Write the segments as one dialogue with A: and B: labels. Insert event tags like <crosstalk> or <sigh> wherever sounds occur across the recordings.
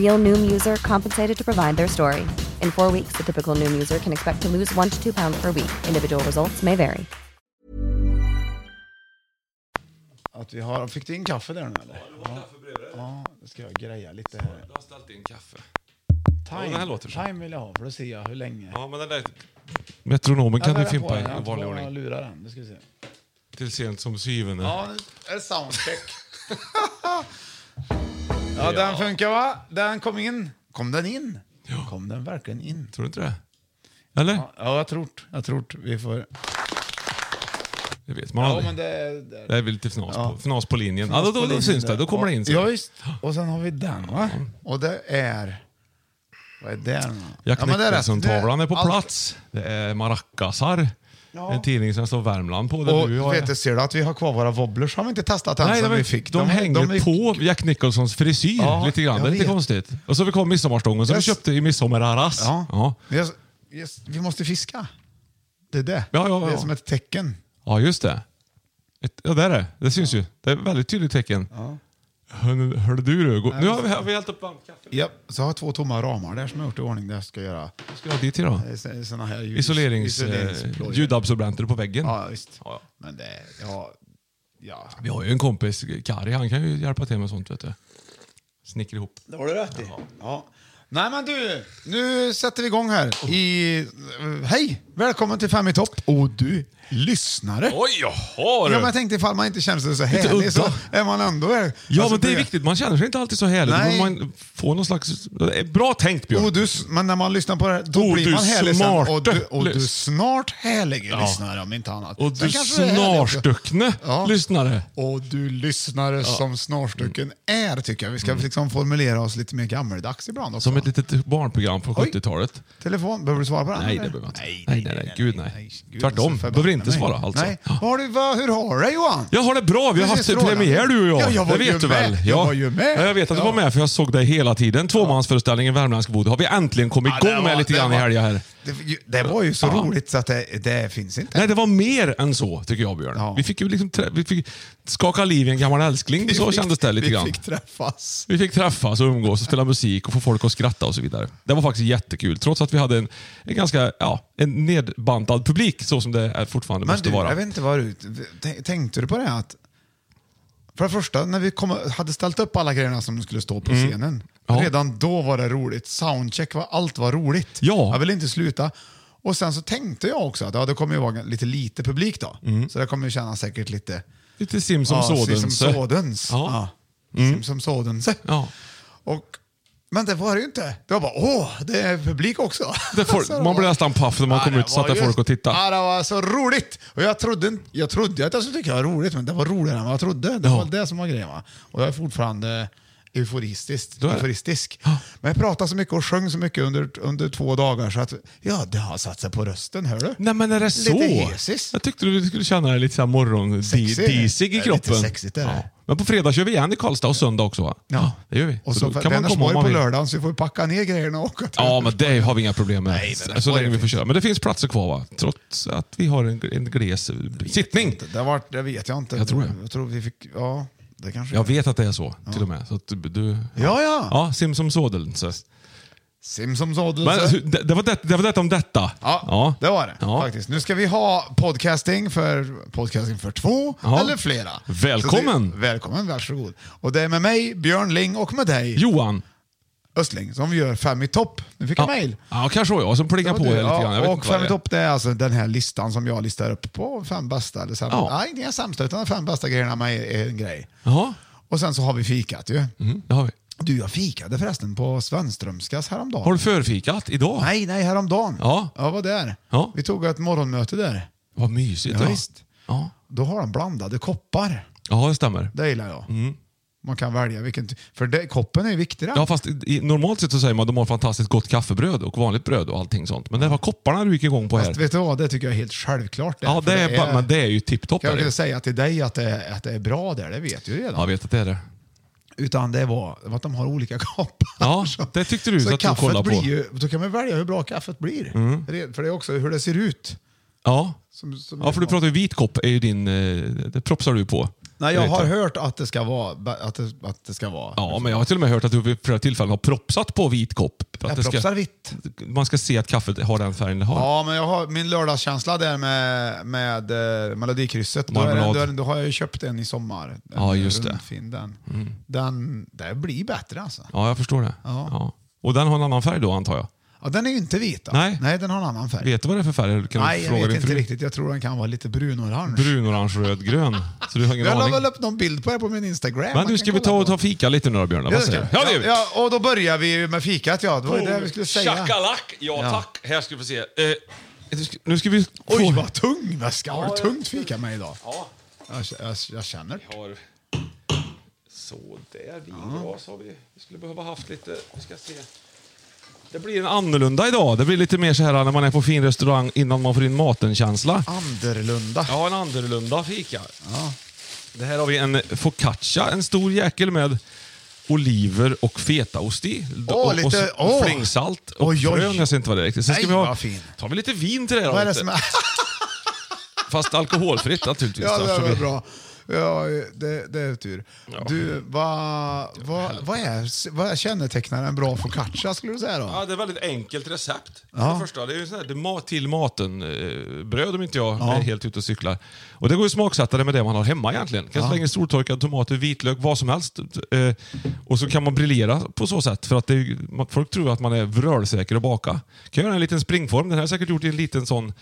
A: Real Noom user compensated to provide their story. In four weeks, the typical Noom user can expect to lose one to two pounds per week. Individual results may vary.
B: Att vi har, fick du in kaffe där nu eller? Ja, ja då ska jag greja lite här.
C: Jag har ställt in kaffe.
B: Time,
C: den här låter så.
B: time vill jag ha för då ser jag hur länge.
C: Ja, men den där metronomen kan du
B: Jag
C: fimpa
B: har
C: i vanlig
B: två
C: ordning.
B: lurar än, det ska vi se.
C: Till sent som syvende.
B: Ja, nu är det soundcheck.
C: <laughs>
B: ja, den funkar va? Den kom in. Kom den in? Kom den verkligen in?
C: Tror du inte det? Eller?
B: Ja, jag tror det. Jag tror det. Vi får...
C: Det vet man
B: Ja,
C: aldrig.
B: men det är...
C: Det är väl lite fnas, på, fnas på linjen. ja, då, då, då syns det. Då kommer det in.
B: Ja,
C: sen.
B: visst. Och sen har vi den va? Och det är... Vad är det nu?
C: Jack
B: men det är rätt.
C: Nicholson-tavlan är på
B: Det allt-
C: plats. Det är Maracasar. En tidning som står Värmland på. där
B: Och
C: du har-
B: vet du, ser du att vi har kvar våra wobblers har vi inte testat än
C: Nej,
B: som
C: de,
B: vi fick.
C: de, hänger
B: de är-
C: på Jack Nicholsons frisyr
B: Ja,
C: lite grann.
B: jag
C: Det är lite
B: vet.
C: konstigt. Och så vi kom midsommarstången som
B: Yes.
C: vi köpte i midsommararras.
B: Ja.
C: Ja.
B: Yes, yes, vi måste fiska. Det är det.
C: Ja, ja,
B: Det är
C: ja.
B: som ett tecken.
C: Ja, just det. Ett, ja, det är det. Det syns ju. Det är ett väldigt tydligt tecken. Hör, hör du det? Gå- Nu har vi, har vi hällt upp varmt kaffe.
B: Ja, så har jag två tomma ramar där som jag har gjort i ordning där jag ska göra eh,
C: Vad ska jag ha dit idag?
B: sådana här ljud,
C: Isolerings... Eh,
B: isoleringsplågor.
C: ljudabsorbenter på väggen.
B: Ja, visst.
C: Ja, ja.
B: Men det, ja, ja.
C: Vi har ju en kompis, Kari, han kan ju hjälpa till med sånt. vet du. Snickra ihop.
B: Det har du rätt i. Ja. Nej men du, nu sätter vi igång här. I, eh, hej! Välkommen till Fem i topp. Och du, lyssnare.
C: Oj, jaha
B: ja,
C: du!
B: men jag tänkte ifall man inte känner sig så
C: udda.
B: härlig så är man ändå här.
C: Ja,
B: Alltså,
C: men det är viktigt. Man känner sig inte alltid så härligt.
B: Nej.
C: Men man får någon slags... Bra tänkt, Björn.
B: Och du, s- men när man lyssnar på det här, då
C: Och
B: blir
C: Oh, du
B: man härlig sen. Och du,
C: smarte
B: och du
C: lys-
B: snart härlig
C: Ja.
B: lyssnare om inte annat.
C: Och
B: Sen
C: du
B: kanske det är härligt.
C: snarstuckne
B: Ja.
C: lyssnare.
B: Och du lyssnare som snarstucken är, tycker jag. Vi ska liksom formulera oss lite mer gammeldags ibland också.
C: Mm. Som ett litet barnprogram från
B: Oj.
C: 70-talet.
B: Telefon, behöver du svara på den?
C: Nej,
B: eller?
C: det behöver man inte. Nej, nej, nej. Gud, nej.
B: Gud,
C: Tvärtom.
B: så förbannat
C: Behöver inte
B: mig.
C: svara, alltså.
B: Nej.
C: Ja.
B: Har du, vad, hur har du det Johan?
C: Jag har det bra. Vi har
B: Det
C: haft
B: ser strålande.
C: premiär du och jag.
B: Ja, jag var
C: det vet
B: ju
C: du
B: med.
C: väl?
B: Jag var ju med.
C: Ja, jag vet att du
B: Ja.
C: var med för jag såg dig hela tiden. Tvåmansföreställningen Värmländsk bod har vi äntligen kommit
B: Ja, det
C: igång
B: var-
C: med lite
B: det
C: grann i
B: var-
C: helgen här.
B: Det, det var ju så
C: Ja.
B: roligt så att det, det finns inte.
C: Nej, det var mer än så, tycker jag Björn.
B: Ja.
C: Vi fick ju liksom trä- vi fick skaka liv i en gammal älskling.
B: Vi
C: så
B: fick-
C: kändes det lite grann.
B: Vi fick träffas.
C: Vi fick träffas och umgås och spela musik och få folk att skratta och så vidare. Det var faktiskt jättekul, trots att vi hade en, en ganska ja, en nedbantad publik, så som det är fortfarande
B: Men
C: måste
B: du,
C: vara.
B: jag vet inte vad du... tän- Tänkte du på det här att... För det första, när vi kom, hade ställt upp alla grejerna som skulle stå på scenen.
C: Mm. Ja.
B: Redan då var det roligt. Soundcheck, var, allt var roligt.
C: Ja.
B: Jag ville inte sluta. Och sen så tänkte jag också att ja, det kommer ju vara lite lite publik då.
C: Mm.
B: Så det kommer ju kännas säkert lite...
C: Lite simsomsådens.
B: som sådens.
C: Ja. Mm.
B: Ja. Sim som sådens.
C: Ja.
B: Och, men det var det ju inte. Det var bara, åh, det är publik också.
C: Det får-
B: <laughs> Så det
C: man blir
B: var-
C: nästan paff när man kommer ut och satt
B: Alltså, var
C: där folk
B: just-
C: och tittar.
B: Ja, det var så roligt. Och jag trodde, inte- jag trodde att jag skulle tycka det var roligt, men det var roligare än vad jag trodde. Det
C: Ja.
B: var det som var grejen. Va? Och jag är fortfarande euforistiskt,
C: Då är det.
B: euforistisk. Men jag pratade så mycket och sjöng så mycket under, under två dagar så att ja, det har satt sig på rösten, hör du?
C: Nej men är det så?
B: hesis.
C: Jag tyckte du skulle känna dig lite så här
B: Sexig.
C: morgondisig
B: Ja,
C: i
B: lite
C: kroppen.
B: sexigt är det.
C: Men på fredag kör vi igen i Karlstad och söndag också va? det gör vi.
B: Och så,
C: då
B: kan man komma
C: om man
B: på
C: vill.
B: lördagen så vi får vi packa ner grejerna och åka till
C: Ja, men det har vi inga problem med.
B: Nej, det där
C: så
B: får
C: länge
B: det
C: vi får
B: finnas.
C: köra. Men det finns platser kvar va? Trots att vi har en, en gles sittning.
B: Det, har varit, det vet jag inte.
C: Jag tror det.
B: Jag tror vi fick, ja, det kanske
C: Jag vet att det är så till och med. Så att du, du,
B: Ja, ja.
C: ja sim som sådan. Så.
B: Simsomsadel.
C: Men, hur- det, det, var det, det var detta om detta.
B: Ja, det var det
C: Ja.
B: faktiskt. Nu ska vi ha podcasting för, podcasting för två
C: Ja.
B: eller flera.
C: Välkommen.
B: Så Det, välkommen, varsågod. Och det är med mig, Björn Ling, och med dig,
C: Johan.
B: Östling, som vi gör Fem i topp. Nu fick jag mejl.
C: Ja, kanske jag som plingar
B: Det
C: på
B: var
C: här
B: du.
C: lite grann. Jag vet
B: Ja, och
C: inte vad
B: fem i
C: det är.
B: topp, det är alltså den här listan som jag listar upp på fem bästa, eller sämsta.
C: Ja.
B: Nej, inte de sämsta, utan de fem bästa grejerna med en grej.
C: Jaha,
B: Och sen så har vi fikat ju.
C: mm, det har vi.
B: Du, jag fikade förresten på Svenströmskas häromdagen.
C: Har du förfikat idag?
B: Nej, nej, häromdagen.
C: Ja.
B: Jag var där.
C: Ja.
B: Vi tog ett morgonmöte där.
C: Vad mysigt.
B: Ja,
C: Ja,
B: visst.
C: Ja.
B: Då har de blandade koppar.
C: ja, det stämmer.
B: Det gillar jag. Man kan välja vilken... ty- För det, koppen är ju viktig. där.
C: Mm. Ja, fast i, normalt sett så säger man att de har fantastiskt gott kaffebröd och vanligt bröd och allting sånt. Men det var kopparna du gick igång på här.
B: Fast vet du vad, det tycker jag är helt självklart. där,
C: ja,
B: för
C: det är, bara- men det är ju tipptopp.
B: Kan jag
C: är det.
B: inte säga till dig att det, är- att det är bra där, det vet du ju redan.
C: Ja, jag vet att det är det.
B: Utan det var det var att de har olika <laughs> koppar.
C: Ja,
B: Så-
C: det tyckte du,
B: Så,
C: så att du
B: kaffet
C: kollar på. Mm.
B: blir ju... Då kan man välja hur bra kaffet blir. Red- För det är också hur det ser ut.
C: Ja,
B: Som, som
C: ja för du pratar ju vit kopp, är ju din, eh, det propsar du på.
B: Nej, jag
C: Vet
B: har hört att det ska vara... Att det, att det ska vara.
C: Ja, men jag har till och med hört att du vid flera tillfällen har propsat på vit kopp. Att
B: Jag
C: det ska-
B: propsar vitt.
C: Man ska se att kaffet har den färgen det har.
B: Ja, men jag har min lördagskänsla där med, med eh, Melodikrysset. Då, är, det-
C: Marmelad.
B: då, är, det- då har jag ju köpt en i sommar. En
C: Ja, just det. Mm.
B: rundfin, Den. Den, det blir bättre alltså.
C: Ja, jag förstår det.
B: Ja.
C: Och den har en annan färg då, antar jag?
B: Ja, den är ju inte vit. Då.
C: Nej.
B: Nej, den har en annan färg.
C: Vet du vad det är för färg? Kan
B: Nej,
C: du
B: jag
C: fråga
B: vet
C: din
B: inte
C: fru?
B: riktigt. Jag tror den kan vara lite brunorange.
C: Brun, orange, röd, grön. Så du har ingen
B: jag la
C: aning.
B: väl upp någon bild på det på min Instagram. Man
C: Men du,
B: kan
C: ska vi
B: kolla
C: ta och
B: på
C: ta
B: den.
C: fika lite nu då, Björn?
B: Ja,
C: Vad
B: det
C: säger
B: ska
C: du? Ja,
B: vi.
C: det gör vi.
B: ja, och då börjar vi ju med fikat ja. Det var ju det vi skulle säga.
C: Tjackalack! Ja,
B: Ja.
C: tack. Här ska vi få se. Eh, nu ska- nu ska vi...
B: Oj,
C: få-
B: vad tung väska. Har du tungt fika med idag? Ja. Jag, jag, jag känner.
C: har... Så där, vinglas har vi. Vi skulle behöva haft lite... Vi ska se. Det blir en annorlunda idag. Det blir lite mer så här när man är på fin restaurang innan man får in maten-känsla.
B: Anderlunda.
C: Ja, en annorlunda fika. Det här har vi en focaccia, en stor jäkel med oliver och fetaost i.
B: Åh,
C: och, och,
B: lite-
C: och
B: åh.
C: flingsalt och
B: Oj, oj.
C: frön. Jag ser inte vad det är riktigt. Sen ska
B: Nej,
C: vi ha,
B: vad fin.
C: tar vi lite vin till det här
B: Vad är det
C: också.
B: som är...
C: Fast alkoholfritt naturligtvis.
B: <laughs> Ja,
C: då, eftersom
B: det var
C: vi-
B: bra. Ja, det, det är tur. Du, vad va, vad är, vad kännetecknar en bra focaccia skulle du säga då?
C: Ja, det är väldigt enkelt recept. För det första, det är ju sån här, det är mat till maten-bröd om inte jag är helt ute och cyklar. Och det går ju att smaksätta det med det man har hemma egentligen. Kan slänga stortorkade tomater, vitlök, vad som helst. Eh, Och så kan man briljera på så sätt. För att det är, ju- man- folk tror att man är vrölsäker att baka. Kan göra en liten springform. Den här har jag säkert gjort i en liten sån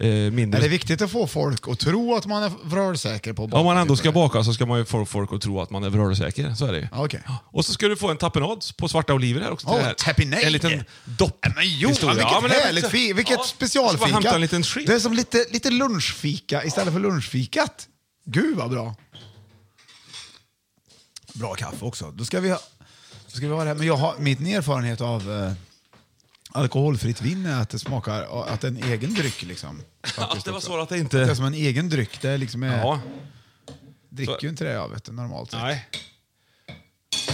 C: eh, mindre...
B: Är det viktigt att få folk att tro att man är vrölsäker på
C: Om man ändå ska
B: baka?
C: baka så ska man ju få folk att tro att man är vrölsäker. Så är det ju.
B: Ja, okej.
C: Och så ska du få en tapenad på svarta oliver här också. till
B: Åh,
C: det här.
B: tapenade.
C: En liten dopp.
B: Ja, men jo,
C: historia.
B: vilket
C: Ja, men det är
B: härligt
C: lite-
B: fi, vilket
C: Ja,
B: specialfika.
C: ska bara hämta en liten sked.
B: det är som lite, lite lunchfika istället för lunchfikat. Gud vad bra. Bra kaffe också. Då ska vi ha, då ska vi ha det här. Men jag har, min erfarenhet av eh, alkoholfritt vin är att det smakar, att det är en egen dryck liksom.
C: Att det var så att det
B: Det är
C: inte...
B: som en egen dryck. Det är liksom, eh,
C: Ja.
B: dricker ju inte det jag vet du, normalt sett.
C: Nej.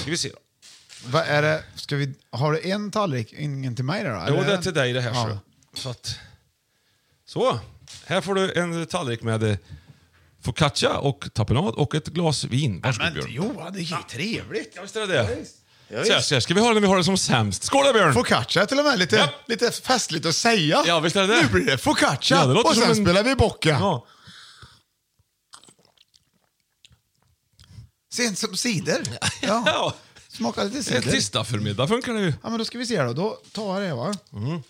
C: Ska vi se då.
B: Vad är det, ska vi, har du en tallrik, ingen till mig då? eller?
C: Jo, det är till dig det här.
B: Ja.
C: Så. Så, att, så. Här får du en tallrik med eh, focaccia och tapenad och ett glas vin. Varsågod
B: Men
C: Björn.
B: Johan, det är ju trevligt.
C: Ja, visst är det det? Så här, så här ska vi ha det när vi har det som sämst. Skål då Björn!
B: Focaccia till och med. Lite,
C: Ja.
B: lite festligt att säga.
C: Ja, visst är det det?
B: Nu blir det focaccia
C: Ja, det låter
B: och
C: som
B: sen
C: en-
B: spelar vi bocca.
C: Ja.
B: Sent som cider. Ja.
C: Ja.
B: Smaka lite
C: En
B: cider.
C: tisdag förmiddag funkar det ju.
B: Ja, men då ska vi se då. Då tar jag det va.
C: Mm.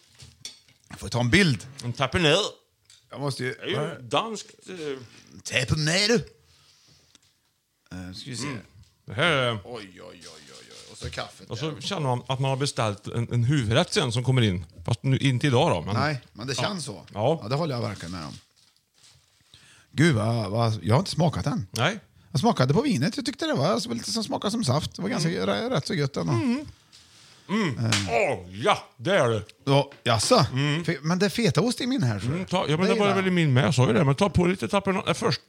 B: Jag får ta en bild.
C: En tapenad.
B: Jag måste ju...
C: Det är ju danskt. eh,
B: Täpp ner du. Eh, ska vi se.
C: Mm. Det här är...
B: Oj, oj, oj, oj, oj. Och så kaffet.
C: Och
B: där.
C: så känner man att man har beställt en, en huvudrätt sen som kommer in. Fast nu, inte idag då. Men...
B: Nej, men det känns så.
C: Ja.
B: det håller jag verkligen med om. Gud, vad, vad, jag har inte smakat den.
C: Nej.
B: Jag Jag smakade på vinet. Jag tyckte det var alltså, lite som smakade som saft. Det var ganska
C: Mm.
B: r- rätt så gött ändå.
C: Åh, ja, det är det.
B: Ja, jaså? Fe- Men det är fetaost i min här. så.
C: Mm, ta, ja, men det,
B: gillar
C: var väl i
B: jag.
C: min med, jag sa ju det. Men ta på lite tapenad. eh, Först...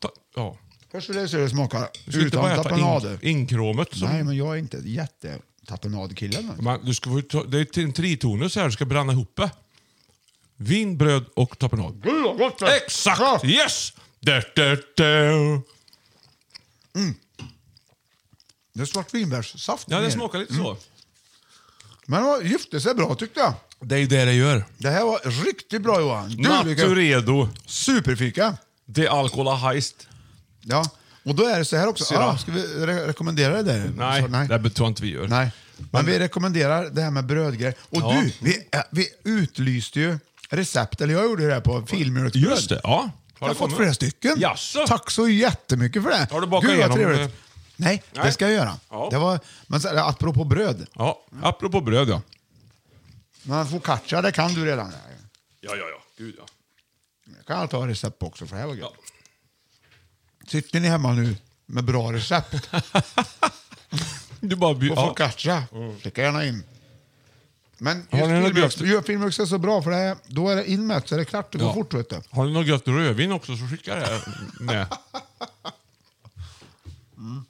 C: Ta, ja.
B: Först vill jag se hur det smakar.
C: Du ska inte bara
B: Utan
C: äta
B: tapenader.
C: ink- inkromet. Som,
B: Nej, men jag är inte jättetapenadkille.
C: man, du ska få, ta, det är en tritonus här, du ska bränna ihop det. Vin, bröd och tapenad. Exakt! Yes! Da, da, da.
B: Det är svart vinbärssaft.
C: Ja,
B: ner.
C: det smakar lite så.
B: Mm. Men det var- gifte sig bra tyckte jag.
C: Det är ju det det gör.
B: Det här var riktigt bra Johan. Gud, vilken
C: Naturedo.
B: superfika.
C: De alkohola heist.
B: Ja. Och då är det så här också.
C: Se då.
B: Ah, ska vi re- rekommendera det där?
C: Nej,
B: Så, nej.
C: det tror jag inte vi gör.
B: nej. Men vi rekommenderar det här med brödgrejer. Och
C: Ja.
B: du, vi, äh, vi utlyste ju recept, eller jag gjorde det här på filmjölksbröd.
C: Just det, ja. Har
B: jag har
C: det
B: fått
C: kommit?
B: flera stycken.
C: Jaså?
B: Tack så jättemycket för det.
C: Har du bakat
B: Gud, vad
C: igenom,
B: trevligt.
C: eh,
B: Nej, det
C: nej?
B: ska jag göra.
C: Ja.
B: Det var, men så, här, apropå bröd,
C: Ja, apropå bröd ja.
B: men focaccia det kan du redan.
C: Ja, ja, ja. Gud ja.
B: Jag kan ta recept på också, för det här var gött.
C: ja.
B: Sitter ni hemma nu med
C: <laughs>
B: bra recept på
C: Du bara... bjud- ja. Mm.
B: focaccia, skicka gärna in. Men
C: Har ni något
B: just
C: gött?
B: filmjölk- filmjölk är så bra, för det är, då är det inmätt så det är klart, det går
C: Ja.
B: fort. Vet du.
C: Har ni något gött rödvin också så skicka det här med. <laughs> Mm.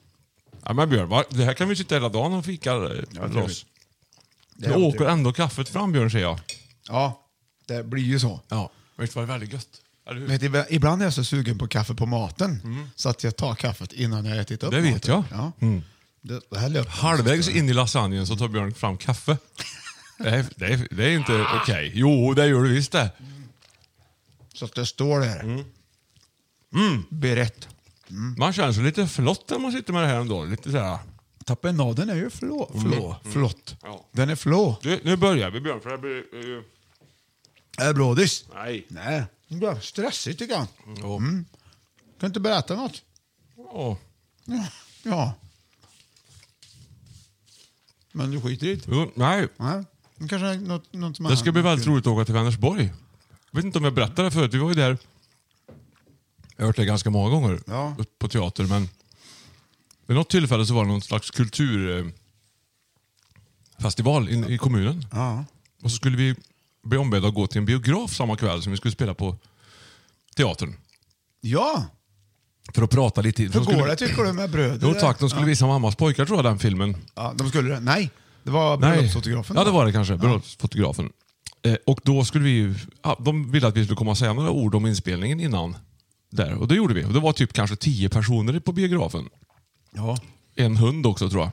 C: Ja, men Björn, va? det här kan vi sitta hela dagen och fika eh, loss.
B: Det
C: Det,
B: är
C: åker
B: trevligt.
C: ändå kaffet fram Björn, säger jag.
B: Ja, det blir ju så.
C: Ja. Vet du vad det är väldigt gött? Eller hur?
B: Vet, du, ibland- ibland är jag så sugen på kaffe på maten så att jag tar kaffet innan jag ätit upp
C: Mm. Det vet
B: maten.
C: jag. Mm.
B: Ja. Det, det här löper.
C: Halvvägs in i lasagnen så tar Björn fram kaffe. Det är, det är, det är inte okej. Jo, det gör du visst det.
B: Så att det står där. Mm.
C: Mm.
B: Berett.
C: Man känner sig lite flott när man sitter med det här ändå. Lite så här.
B: Tapenaden är ju flå. flå. Flott.
C: Mm. Ja.
B: Den är flå.
C: Du, nu börjar vi Björn, för det här blir eh,
B: Är det brådis?
C: Nej.
B: Nej. Det blir stressigt tycker jag.
C: Mm,
B: Mm.
C: Ja.
B: Kan du inte berätta något?
C: Ja.
B: Ja. ja. Men du skiter i det?
C: Jo, nej.
B: Nej. Det kanske är något, något som har
C: Det ska
B: hänt.
C: bli väldigt roligt att åka till Vänersborg. Jag vet inte om jag berättade det förut. Vi var ju där. Jag har hört det ganska många gånger
B: Ja.
C: på teater, men vid något tillfälle så var det någon slags kulturfestival in, i kommunen.
B: Ja.
C: Och så skulle vi bli ombedda att gå till en biograf samma kväll som vi skulle spela på teatern.
B: Ja.
C: För typ. att prata lite.
B: Hur
C: De skulle-
B: går det tycker du med brödet?
C: Jo tack, de skulle visa Mammas pojkar tror jag, den filmen.
B: Ja, de skulle det. Nej, det var bröllopsfotografen.
C: Ja, det var det kanske. Bröllopsfotografen. Eh, och då skulle vi ju, ja, de ville att vi skulle komma och säga några ord om inspelningen innan. Där. Och det gjorde vi. Och det var typ kanske tio personer på biografen.
B: Ja.
C: En hund också tror jag.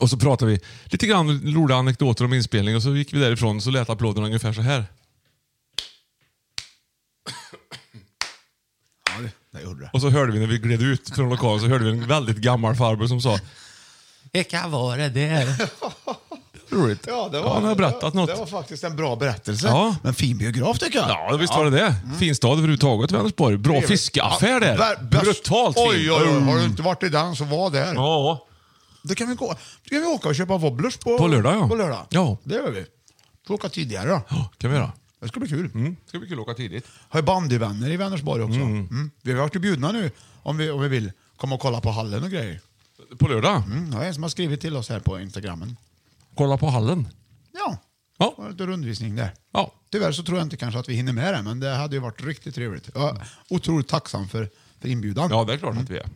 C: Och så pratade vi lite grann roliga anekdoter om inspelningen och så gick vi därifrån så lät applåderna ungefär så här.
B: Ja, det, det gjorde det.
C: Och så hörde vi när vi gled ut från lokalen så hörde vi en väldigt gammal farbror som sa Vilka var det där? Roligt.
B: <laughs> Ja, det var,
C: han har berättat
B: det, var-
C: något.
B: Det var faktiskt en bra berättelse.
C: Ja.
B: Men fin biograf tycker jag.
C: Ja, visst var det det. Fin stad överhuvudtaget, Vänersborg. Bra fiskeaffär där.
B: Mm. Ja, bär- bäst-
C: Brutalt fin. Mm.
B: Oj, oj, oj. Har du inte varit i den så var där.
C: Ja.
B: Då, kan vi gå, då kan vi åka och köpa wobblers på,
C: På lördag, ja.
B: På lördag.
C: Ja.
B: Det gör vi. Får åka tidigare då.
C: Ja, kan vi göra.
B: Det ska bli kul.
C: Mm. Ska bli kul att åka tidigt.
B: Har ju bandyvänner i Vänersborg också. Mm. Vi har varit bjudna nu om vi, om vi vill komma och kolla på hallen och grejer.
C: På lördag?
B: Mm. Det är en som har skrivit till oss här på Instagrammen.
C: Kolla på hallen.
B: Ja,
C: Ja.
B: och lite rundvisning där.
C: Ja.
B: Tyvärr så tror jag inte kanske att vi hinner med det, men det hade ju varit riktigt trevligt. Jag är otroligt tacksam för, för inbjudan.
C: Ja, mm. det är klart att vi är.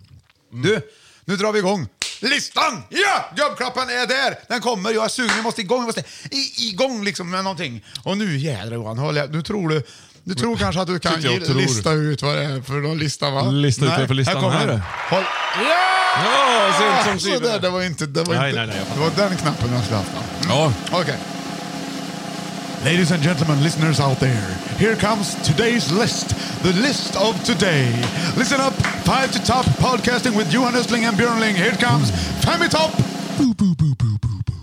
B: Du, nu drar vi igång. Listan! Ja! Gubbklappen är där! Den kommer, jag är sugen, jag måste igång, jag måste i, igång liksom med någonting. Och nu jädrar Johan, håll jag- nu tror du, du tror kanske att du kan
C: Mm. Tycker jag
B: gi-
C: tror.
B: lista ut vad det är för någon lista va?
C: Lista ut vad det är för listan.
B: här kommer
C: Här är
B: den.
C: det.
B: Håll. Ah,
C: Ja, sent som
B: Så där,
C: syvende.
B: det var inte, det var
C: Nej,
B: inte,
C: nej, nej, jag
B: det var den knappen jag skulle haft. va?
C: Ja.
B: Okay. Ladies and gentlemen, listeners out there, here comes today's list. The list of today. Listen up, five to top podcasting with Johan Östling and Björn Ling. Here comes fem i topp.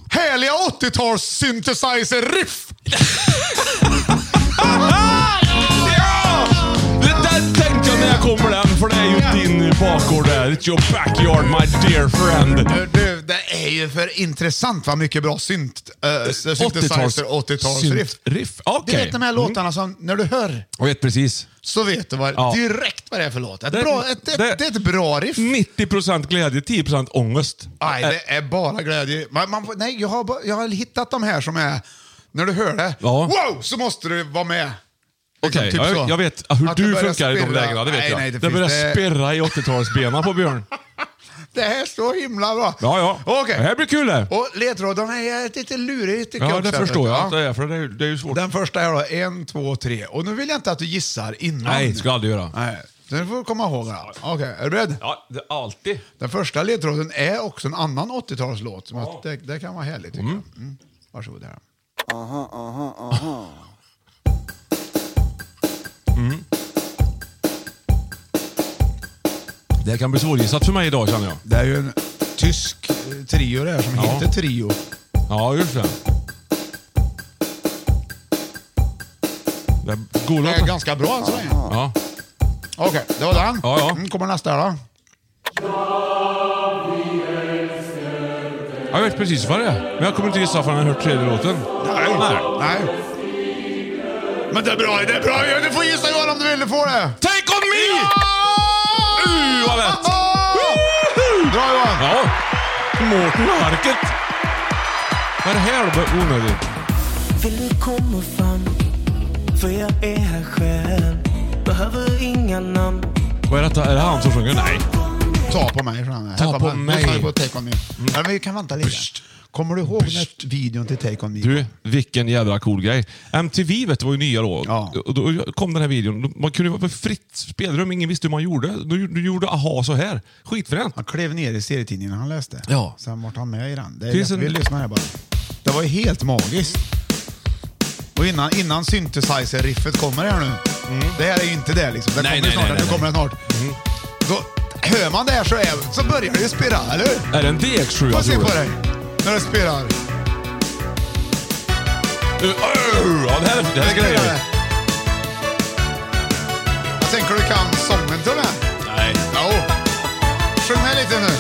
B: Härliga 80-tals synthesizer-riff.
C: Ja! Det där tänkte jag när jag kom på den, för det är ju din bakgård där. It's your backyard my dear friend.
B: Du, du, det är ju för intressant vad mycket bra synt, eh, synthesizer 80-tals-riff.
C: Riff.
B: Du
C: Okej. Mm.
B: vet de här låtarna som när du hör
C: Jag vet precis.
B: så vet du vad,
C: Ja.
B: direkt vad det är för låt. Ett
C: Det-
B: bra, ett, ett,
C: det-
B: det är ett bra riff.
C: 90% glädje, 10% ångest.
B: Nej, det är bara glädje. Man, man, får- nej, jag har, bara- jag har hittat de här som är... När du hör det,
C: Ja.
B: wow, så måste du vara med.
C: Okej,
B: Liksom, typ
C: jag,
B: så.
C: jag vet hur
B: Att det
C: du
B: börjar
C: funkar i de
B: spirra.
C: lägena, det vet
B: nej,
C: jag.
B: Nej, det,
C: det börjar
B: finns, det,
C: spirra i 80-talsbenen på Björn.
B: det här är så himla bra.
C: Ja, ja.
B: Okej.
C: Det här blir kul det.
B: Och ledtrådarna är lite luriga tycker
C: Ja,
B: jag.
C: det
B: också.
C: förstår jag
B: Ja.
C: att det är, för det är, ju- det är ju svårt.
B: Den första är då en, två, tre. Och nu vill jag inte att du gissar innan.
C: Nej, det ska jag aldrig göra.
B: Nej, den får du komma ihåg. här. Okej, är du beredd?
C: Ja, det, alltid.
B: Den första ledtråden är också en annan 80-talslåt. som att Det, det kan vara härligt tycker jag. Mm. Varsågod här.
C: Det här kan bli svårgissat för mig idag känner jag.
B: Det är ju en tysk eh, trio det här som heter Trio.
C: Ja, just det. Det är god
B: Det
C: låt.
B: är ganska bra än så länge.
C: Ja.
B: Okej, det var den.
C: Ja, ja.
B: Mm, kommer nästa här då.
C: Ja, Jag vet precis vad det är, men jag kommer inte gissa förrän jag hört tredje låten. Nej.
B: Nej. Men det är bra, det är bra. Du får gissa Johan om du vill. Du får det.
C: Take on me! Uh, vad lätt!
B: Bra Johan.
C: Ja. Mårten Harket. Vad är det här då? Onödigt.
D: Vill du komma fram? För jag är här själv. Behöver inga namn.
C: Vad är detta? Är det han som sjunger? Nej.
B: Ta på mig. Mm. från den här.
C: Ta
B: Här
C: på
B: kommer-
C: mig.
B: Nu tar vi på Take On Me. Ja, men vi kan vänta lite. Kommer du ihåg när videon till Take On Me?
C: Du, vilken jävla cool grej. MTV vet du, var ju nya då.
B: Ja.
C: Och då kom den här videon. Man kunde ju vara fritt spelrum. Ingen visste hur man gjorde. Du, du gjorde aha så här. Skitfränt.
B: Han klev ner i serietidningen han läste.
C: Ja.
B: Sen vart han med i den. Det är
C: Finns
B: därför
C: en-
B: Vi lyssnar här bara. Det var ju helt magiskt. Och innan, innan synthesizer-riffet kommer här nu. Det här är ju inte det liksom. Det
C: Nej,
B: kommer
C: nej,
B: snart.
C: nej, nej,
B: nu kommer det snart. Då, hör man det här så, är, så börjar det ju spirra, eller hur?
C: Är det en DX7
B: Får
C: jag
B: se
C: tror
B: på
C: det?
B: dig. När det spirrar.
C: Uh, uh, Ja, det här är, det här är grejer.
B: Jag tänker du kan sången till och med.
C: Nej.
B: Jo. Sjung med lite nu.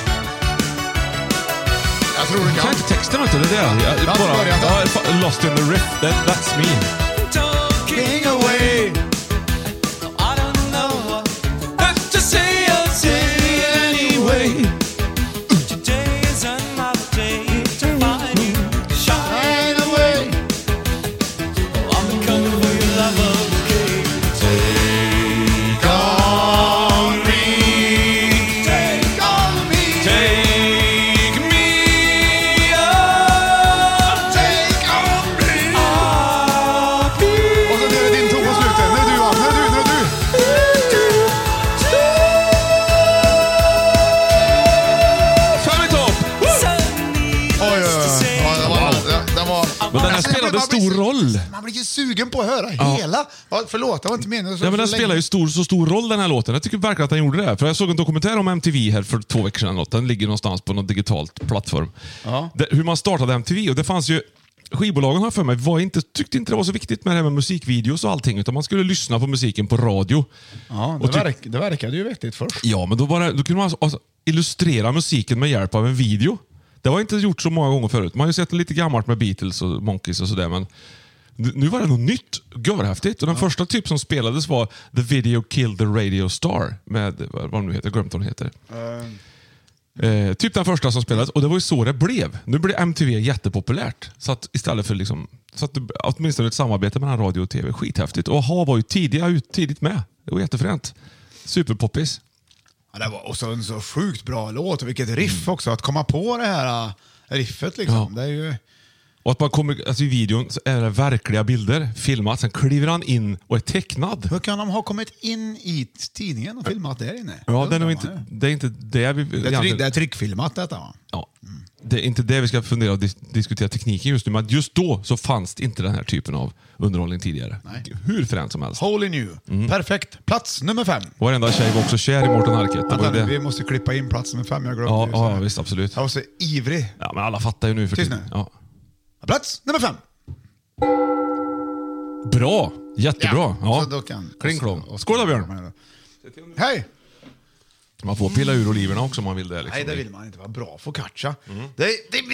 B: Jag tror du
C: Jag kan
B: kan.
C: inte texten vet du. Det är det. Jag,
B: Lasse
C: bara,
B: börjar.
C: ja, fa- lost in the riff. That, that's me.
B: King away.
D: I don't know what
C: Have to say I'll say it anyway.
D: today is another day to find you. Shine
B: Fade away. Oh,
D: on the cover of your love bouquet.
B: Take on me. Take on me.
C: Take me up.
B: Take on me. Och så nu är det din ton på slutet. Nu är det du, Johan. Nu är det du, nu är det du.
C: Fan i topp!
B: Oj, oj, oj. Ja, det var- det- det var-
C: Men den här
B: Alltså, jag
C: spelade
B: blir- man blir
C: stor
B: så-
C: roll.
B: Man blir ju sugen på att höra hela. Ja, förlåt, det var inte meningen.
C: Ja, men den spelar ju stor, så stor roll den här låten. Jag tycker verkligen att den gjorde det. För Jag såg en dokumentär om MTV här för två veckor sedan. eller något. Den ligger någonstans på någon digital plattform. Det, hur man startade MTV. Och det fanns ju... Skivbolagen har för mig var inte, tyckte inte det var så viktigt med det här med musikvideos och allting. Utan man skulle lyssna på musiken på radio.
B: Ja,
C: Och ty-
B: det verkade ju vettigt först.
C: Ja, men då, var det, då kunde man alltså, alltså, illustrera musiken med hjälp av en video. Det var inte gjort så många gånger förut. Man har ju sett lite gammalt med Beatles och Monkeys och sådär, men nu nu var det något nytt. Görhäftigt. Och den första typ som spelades var The Video Killed the Radio Star, med vad de nu heter, jag glömde vad de heter. Eh, typ den första som spelades och det var ju så det blev. Nu blev MTV jättepopulärt. Så att istället för liksom, så att det, åtminstone ett samarbete mellan radio och TV. Skithäftigt. Och AHA var ju tidiga, ut- tidigt med. Det var jättefränt. Superpoppis.
B: Ja, det var och så en så sjukt bra låt och vilket riff också. Att komma på det här äh, riffet liksom.
C: Mm. Ja.
B: Det är ju...
C: Och att man kommer, alltså i videon så är det verkliga bilder filmat, sen kliver han in och är tecknad.
B: Hur kan de ha kommit in i tidningen och filmat där inne?
C: Ja, det är
B: undrar
C: nog
B: man
C: inte,
B: ju.
C: det är inte det vi...
B: Det är, tryck, det är tryckfilmat detta va?
C: ja,
B: Mm.
C: det är inte det vi ska fundera och dis- diskutera tekniken just nu, men just då så fanns det inte den här typen av underhållning tidigare. Hur fränt som helst.
B: Holy new.
C: Mm.
B: Perfekt. Plats nummer fem.
C: Varenda tjej var också kär i Mårten Harket. Det var
B: Vänta,
C: ju
B: nu,
C: det.
B: vi måste klippa in plats nummer fem. Jag glömde
C: Ja,
B: ju så
C: ja,
B: här.
C: ja, visst, absolut.
B: Jag var så ivrig.
C: Ja, men alla fattar ju nu för
B: Tyst
C: tiden.
B: nu.
C: Ja.
B: Plats nummer fem.
C: Bra! Jättebra. Ja.
B: Så då kan...
C: Kling klong. Skål då Björn!
B: Hej!
C: Man får pilla ur oliverna också om man vill det. Liksom.
B: Nej, det vill man inte. Vad bra focaccia.
C: Mm. <laughs>
B: Det, det,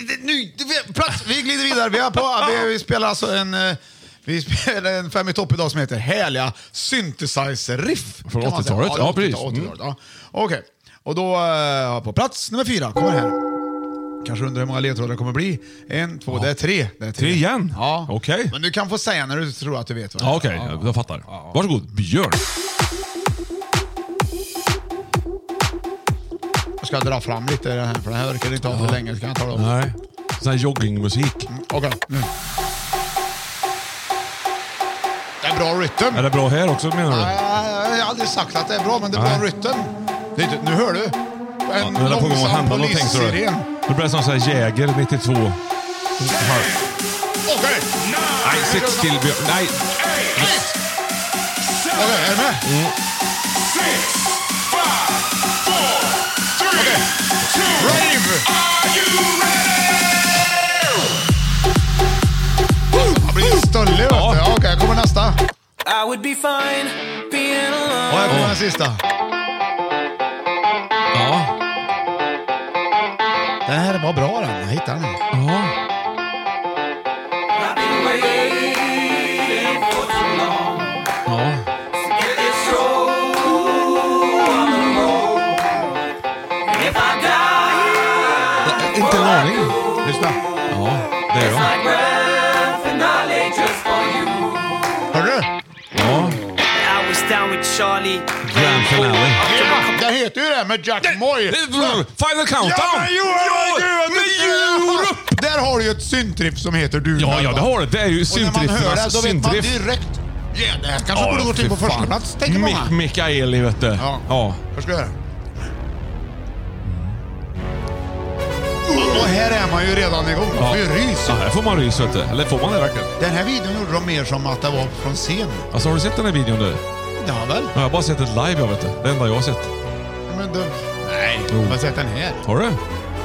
B: det, nu, det, plats, vi glider vidare. Vi, är på, vi, vi spelar alltså en eh, Vi spelar en Fem i topp idag som heter Härliga synthesizer-riff.
C: Från
B: kan man säga.
C: 80-talet, ja, precis. Mm.
B: 80-talet, 80-talet, ja. Okej, och då eh, på plats nummer fyra kommer här. Kanske undrar hur många ledtrådar det kommer bli. En, två, det är tre. Det är tre.
C: Tre igen?
B: Ja.
C: Okej.
B: Men du kan få säga när du tror att du vet vad det
C: Ja,
B: är.
C: Okej, jag fattar. Varsågod, Björn.
B: Jag ska dra fram lite i den här, för den här orkar inte ha för länge. Så kan jag ta det om.
C: Nej. Sån här joggingmusik.
B: Mm, Okej, nu.
C: Mm.
B: Det är bra rytm.
C: Är det bra här också menar du?
B: Nej, Jag har aldrig sagt att det är bra, men det är bra
C: Nej.
B: rytm. Det är, inte- nu hör du.
C: Ja,
B: En
C: nu är det på gång att
B: långsam
C: hända någonting tror du.
B: polissiren.
C: Det blir sån här Jäger 92.
B: Okej!
C: Nej, sitt still Björn. Nej.
B: Okej, är du med?
C: Mm.
B: Okej. Rave! Man blir stöllig vet du.
C: Ja.
B: Ja, Okej, här kommer nästa.
D: I would be fine being alone
B: Och här kommer
C: Ja.
B: den sista.
C: Ja.
B: Den här var bra den. Jag hittade den.
C: Ja. Ja. Ja, Inte en aning.
B: Lyssna.
C: Ja, det är de.
B: Hör du?
C: Ja,
D: I was down with Charlie
C: grand finale.
B: Ja, det heter ju det med Jack Moy.
C: Final countdown!
B: Där har du ju ett syntripp som heter du.
C: Ja, ja, det har det. Det är ju alltså,
B: Och när man hör det,
C: syntriffernas
B: då vet man
C: syntriff.
B: direkt. Ja, det här kanske borde gå till på första plats, tänker många.
C: Mik- Mikaeli, vet du.
B: Ja.
C: Ja.
B: Vad ska jag göra? Och- Och här är man ju redan igång. Man får ju rys.
C: Ja, här får man rys, vet du. Eller får man det verkligen?
B: Den här videon gjorde de mer som att det var från scen.
C: Alltså, har du sett den här videon du?
B: Det har väl?
C: Ja, Jag har bara sett ett live, jag vet du. Det enda jag har sett.
B: Men då... Nej,
C: Jo.
B: jag har sett den här.
C: Har du?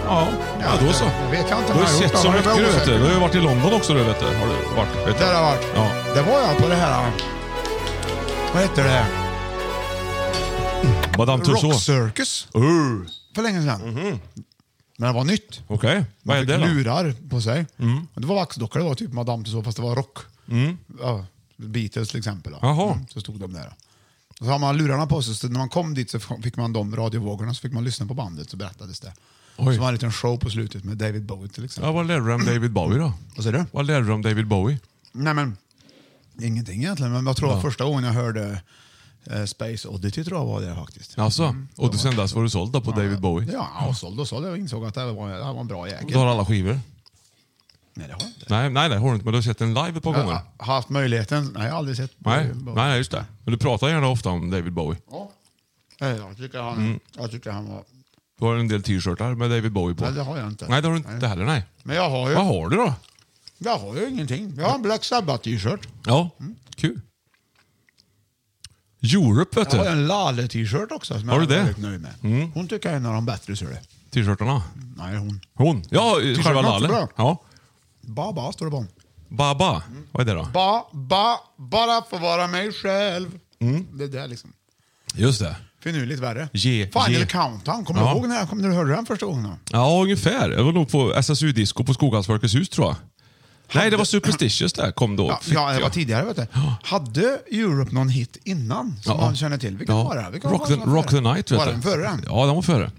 C: Ja, ja då så.
B: Det vet jag inte
C: Du
B: om
C: har ju
B: jag gjort,
C: sett så
B: men det
C: mycket
B: var
C: du, vet du.
B: osäkert.
C: Du har ju varit i London också du, vet du. Har du varit? Vet du.
B: Där har jag varit.
C: Ja.
B: Det var jag på det här... Vad heter det?
C: Madame
B: Rock
C: Tussauds.
B: Circus.
C: Uh.
B: För länge sedan. Men det var nytt.
C: Okej, Mhm. vad är
B: Man
C: det
B: fick
C: då? Mm.
B: lurar på sig. Det var vaxdockor, det var typ Madame Tussauds fast det var rock. Ja, Beatles till exempel. Då.
C: Jaha.
B: Mm, Så stod de där. Och så har man lurarna på sig, så när man kom dit så fick man de radiovågorna, så fick man lyssna på bandet så berättades det.
C: Oj.
B: Så var det en liten show på slutet med David Bowie till exempel.
C: Ja, vad lärde du om David Bowie då?
B: Vad säger du?
C: Vad lärde du om David Bowie?
B: Nej men, ingenting egentligen, men jag tror att första gången jag hörde eh, Space Oddity tror jag var det faktiskt.
C: Alltså, och du sen dess var du såld då på David Bowie?
B: Mm. Ja, och sålde och sålde och insåg att det här var, det här var en bra jäkel.
C: Du har alla skivor?
B: Nej, det har jag inte.
C: Nej, nej, nej, har du inte. Men du har sett den live ett par gånger?
B: Jag har haft möjligheten, nej jag har aldrig sett
C: Nej,
B: Bowie.
C: nej, nej, just det. Men du pratar gärna ofta om David Bowie.
B: Ja. Nej, Jag tycker han,
C: Mm.
B: jag tycker han var...
C: Du har en del t-shirtar med David Bowie på.
B: Nej, det har jag inte.
C: Nej, det har du inte heller. Nej.
B: Men jag har ju,
C: Vad har du då?
B: jag har ju ingenting. Jag har en Black Sabbath-t-shirt.
C: Ja,
B: Mm.
C: kul. Europe, vet
B: Jag har ju
C: du.
B: en Lale-t-shirt också som
C: Har
B: jag
C: du
B: är
C: det? Mm.
B: väldigt nöjd med. Hon tycker jag är en av de bättre, ser du.
C: T-shirtarna.
B: Nej, hon.
C: Hon. Ja,
B: T-shirtarna
C: själva
B: är också
C: Lalle.
B: bra. Mm.
C: Ja.
B: Baba står det på.
C: Baba. Vad är det då?
B: Ba, ba, bara få vara mig själv. Det där liksom.
C: Just det.
B: Finurligt värre.
C: Mm. Ge-
B: Final
C: ge.
B: Countdown. Kommer du
C: Ja.
B: ihåg när, jag kom, när du hörde den första gången? Då?
C: Ja, ungefär. Det var nog på SSU-disco på Skoghallsverkets hus, tror jag. Nej, det var Superstitious där kom då.
B: Ja,
C: Fick
B: ja, det var
C: jag.
B: tidigare. Vet du. Hade Europe någon hit innan som
C: Ja.
B: man känner till? Vilken
C: Ja.
B: var det? Vilken
C: rock,
B: var
C: the,
B: det som var
C: rock
B: före?
C: the Night, vet
B: Var
C: du.
B: den före den?
C: Ja, den var före.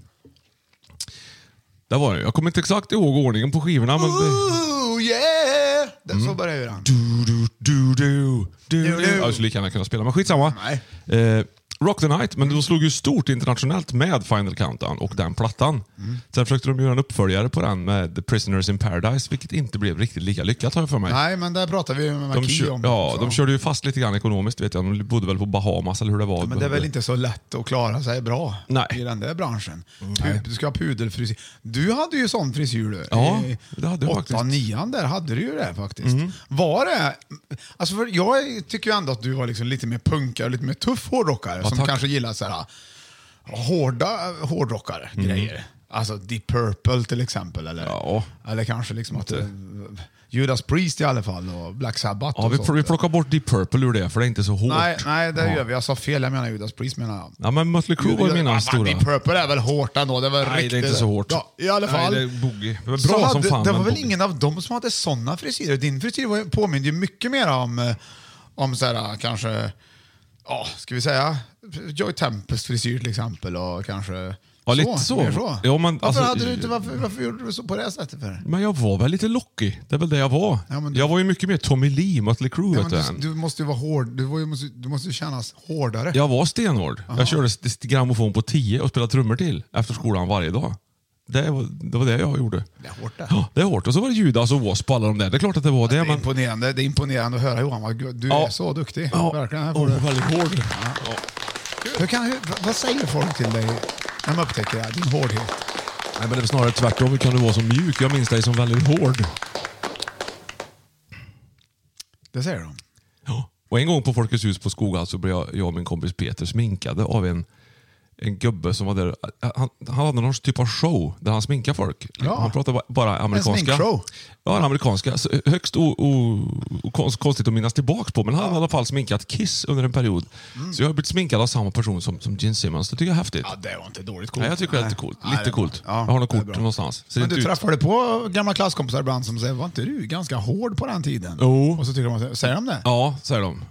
C: Det var det. Jag kommer inte exakt ihåg ordningen på skivorna, men... Det...
B: Ooh yeah! Den Så börjar ju den.
C: Mm. Du, du, du, du, du,
B: Du, du.
C: du. Jag skulle lika gärna kunna spela, men skitsamma.
B: Nej. Mm.
C: Eh, Rock the Night, men de slog ju stort internationellt med Final Countdown och den plattan.
B: Mm.
C: Sen försökte de göra en uppföljare på den med The Prisoners in Paradise, vilket inte blev riktigt lika lyckat har jag för mig.
B: Nej, men där pratar vi ju med
C: De,
B: McKee
C: kör,
B: om.
C: ja,
B: också.
C: de körde ju fast lite grann ekonomiskt. Vet jag. De bodde väl på Bahamas eller hur det var.
B: Men det är väl inte så lätt att klara sig bra
C: Nej. Mm.
B: i den där branschen. Pu- Du ska ha pudelfrisyr. Du hade ju sån frisyr du.
C: Ja,
B: I
C: det hade jag
B: åttan,
C: faktiskt. Mm.
B: nian där hade du ju det faktiskt. Var det... Alltså för jag tycker ju ändå att du var liksom lite mer punkare och lite mer tuff hårdrockare som
C: tack.
B: kanske gillar så här hårda eh, hårdrockare grejer. Alltså Deep Purple till exempel. Eller,
C: Mm. Ja.
B: eller kanske liksom att... eh, Judas Priest i alla fall och Black Sabbath.
C: Ja,
B: och
C: vi,
B: sånt.
C: vi plockar bort Deep Purple ur det, för det är inte så hårt.
B: Nej, nej, det
C: ja.
B: gör vi. Jag sa fel. Jag menar Judas Priest menar jag.
C: Ja, men Mötley Crüe var ju mina
B: Ja, fan,
C: stora.
B: Deep Purple är väl hårt ändå? Det var
C: Nej,
B: riktigt...
C: det är inte så hårt.
B: Ja, I alla fall.
C: Nej, det är boogie. Det var
B: Så
C: bra som
B: hade-
C: fan.
B: Det
C: men
B: var väl
C: boogie.
B: ingen av dem som hade sådana frisyrer? Din frisyr var, ju- påminner ju mycket mer om, eh, om så här, eh, kanske, ja, ska vi säga, Joy Tempest frisyr till exempel och kanske
C: Ja, lite så.
B: mer så.
C: Ja, men
B: varför,
C: alltså-
B: hade du inte, varför, varför gjorde du så på det här sättet för?
C: Men jag var väl lite lockig. Det är väl det jag var.
B: Ja, men du-
C: Jag var ju mycket mer Tommy Lee, Mötley Crüe.
B: Ja,
C: vet du.
B: men du, du måste ju vara hård, du, var ju- måste, du måste ju kännas hårdare.
C: Jag var stenhård. Jag körde st- st- grammofon på 10 och spelade trummor till efter skolan varje dag. Det var det, var det jag gjorde.
B: Det är hårt det.
C: Ja, det är hårt. Och så var det Judas och Wasp och alla de där. Det är klart att det var
B: Det
C: det.
B: är,
C: Men...
B: imponerande, det är imponerande att höra Johan. Vad- Du
C: Ja.
B: är så duktig.
C: Ja.
B: Verkligen. Här får
C: Oh,
B: du.
C: väldigt hård.
B: Hur kan, hur, vad säger folk till dig när de upptäcker det här, din hårdhet?
C: Nej, men det är väl snarare tvärtom. Hur kan du vara så mjuk? Jag minns dig som väldigt hård.
B: Det säger de.
C: Ja. Och en gång på Folkets hus på Skoghall så blev jag, jag och min kompis Peter sminkade av en, en gubbe som var där. Han, han hade någon typ av show där han sminkade folk.
B: Ja.
C: Han pratade ba- bara amerikanska.
B: sminkshow.
C: Ja, en amerikanska. Så eh, högst o, o, o, konst- konstigt att minnas tillbaka på, men han hade i alla fall sminkat Kiss under en period. Så jag har blivit sminkad av samma person som, som Gene Simmons. Det tycker jag är häftigt.
B: Mm. Ja, det var inte dåligt coolt.
C: Nej, jag tycker det är lite coolt.
B: Nej, det
C: Lite
B: är bra.
C: coolt.
B: Ja,
C: jag har något
B: det är
C: kort
B: bra.
C: någonstans. Ser
B: Men
C: inte
B: du
C: ut-
B: träffade på gamla klasskompisar ibland som säger, var inte du ganska hård på den tiden?
C: Jo.
B: Och så tycker de, säger de det?
C: Ja, säger de.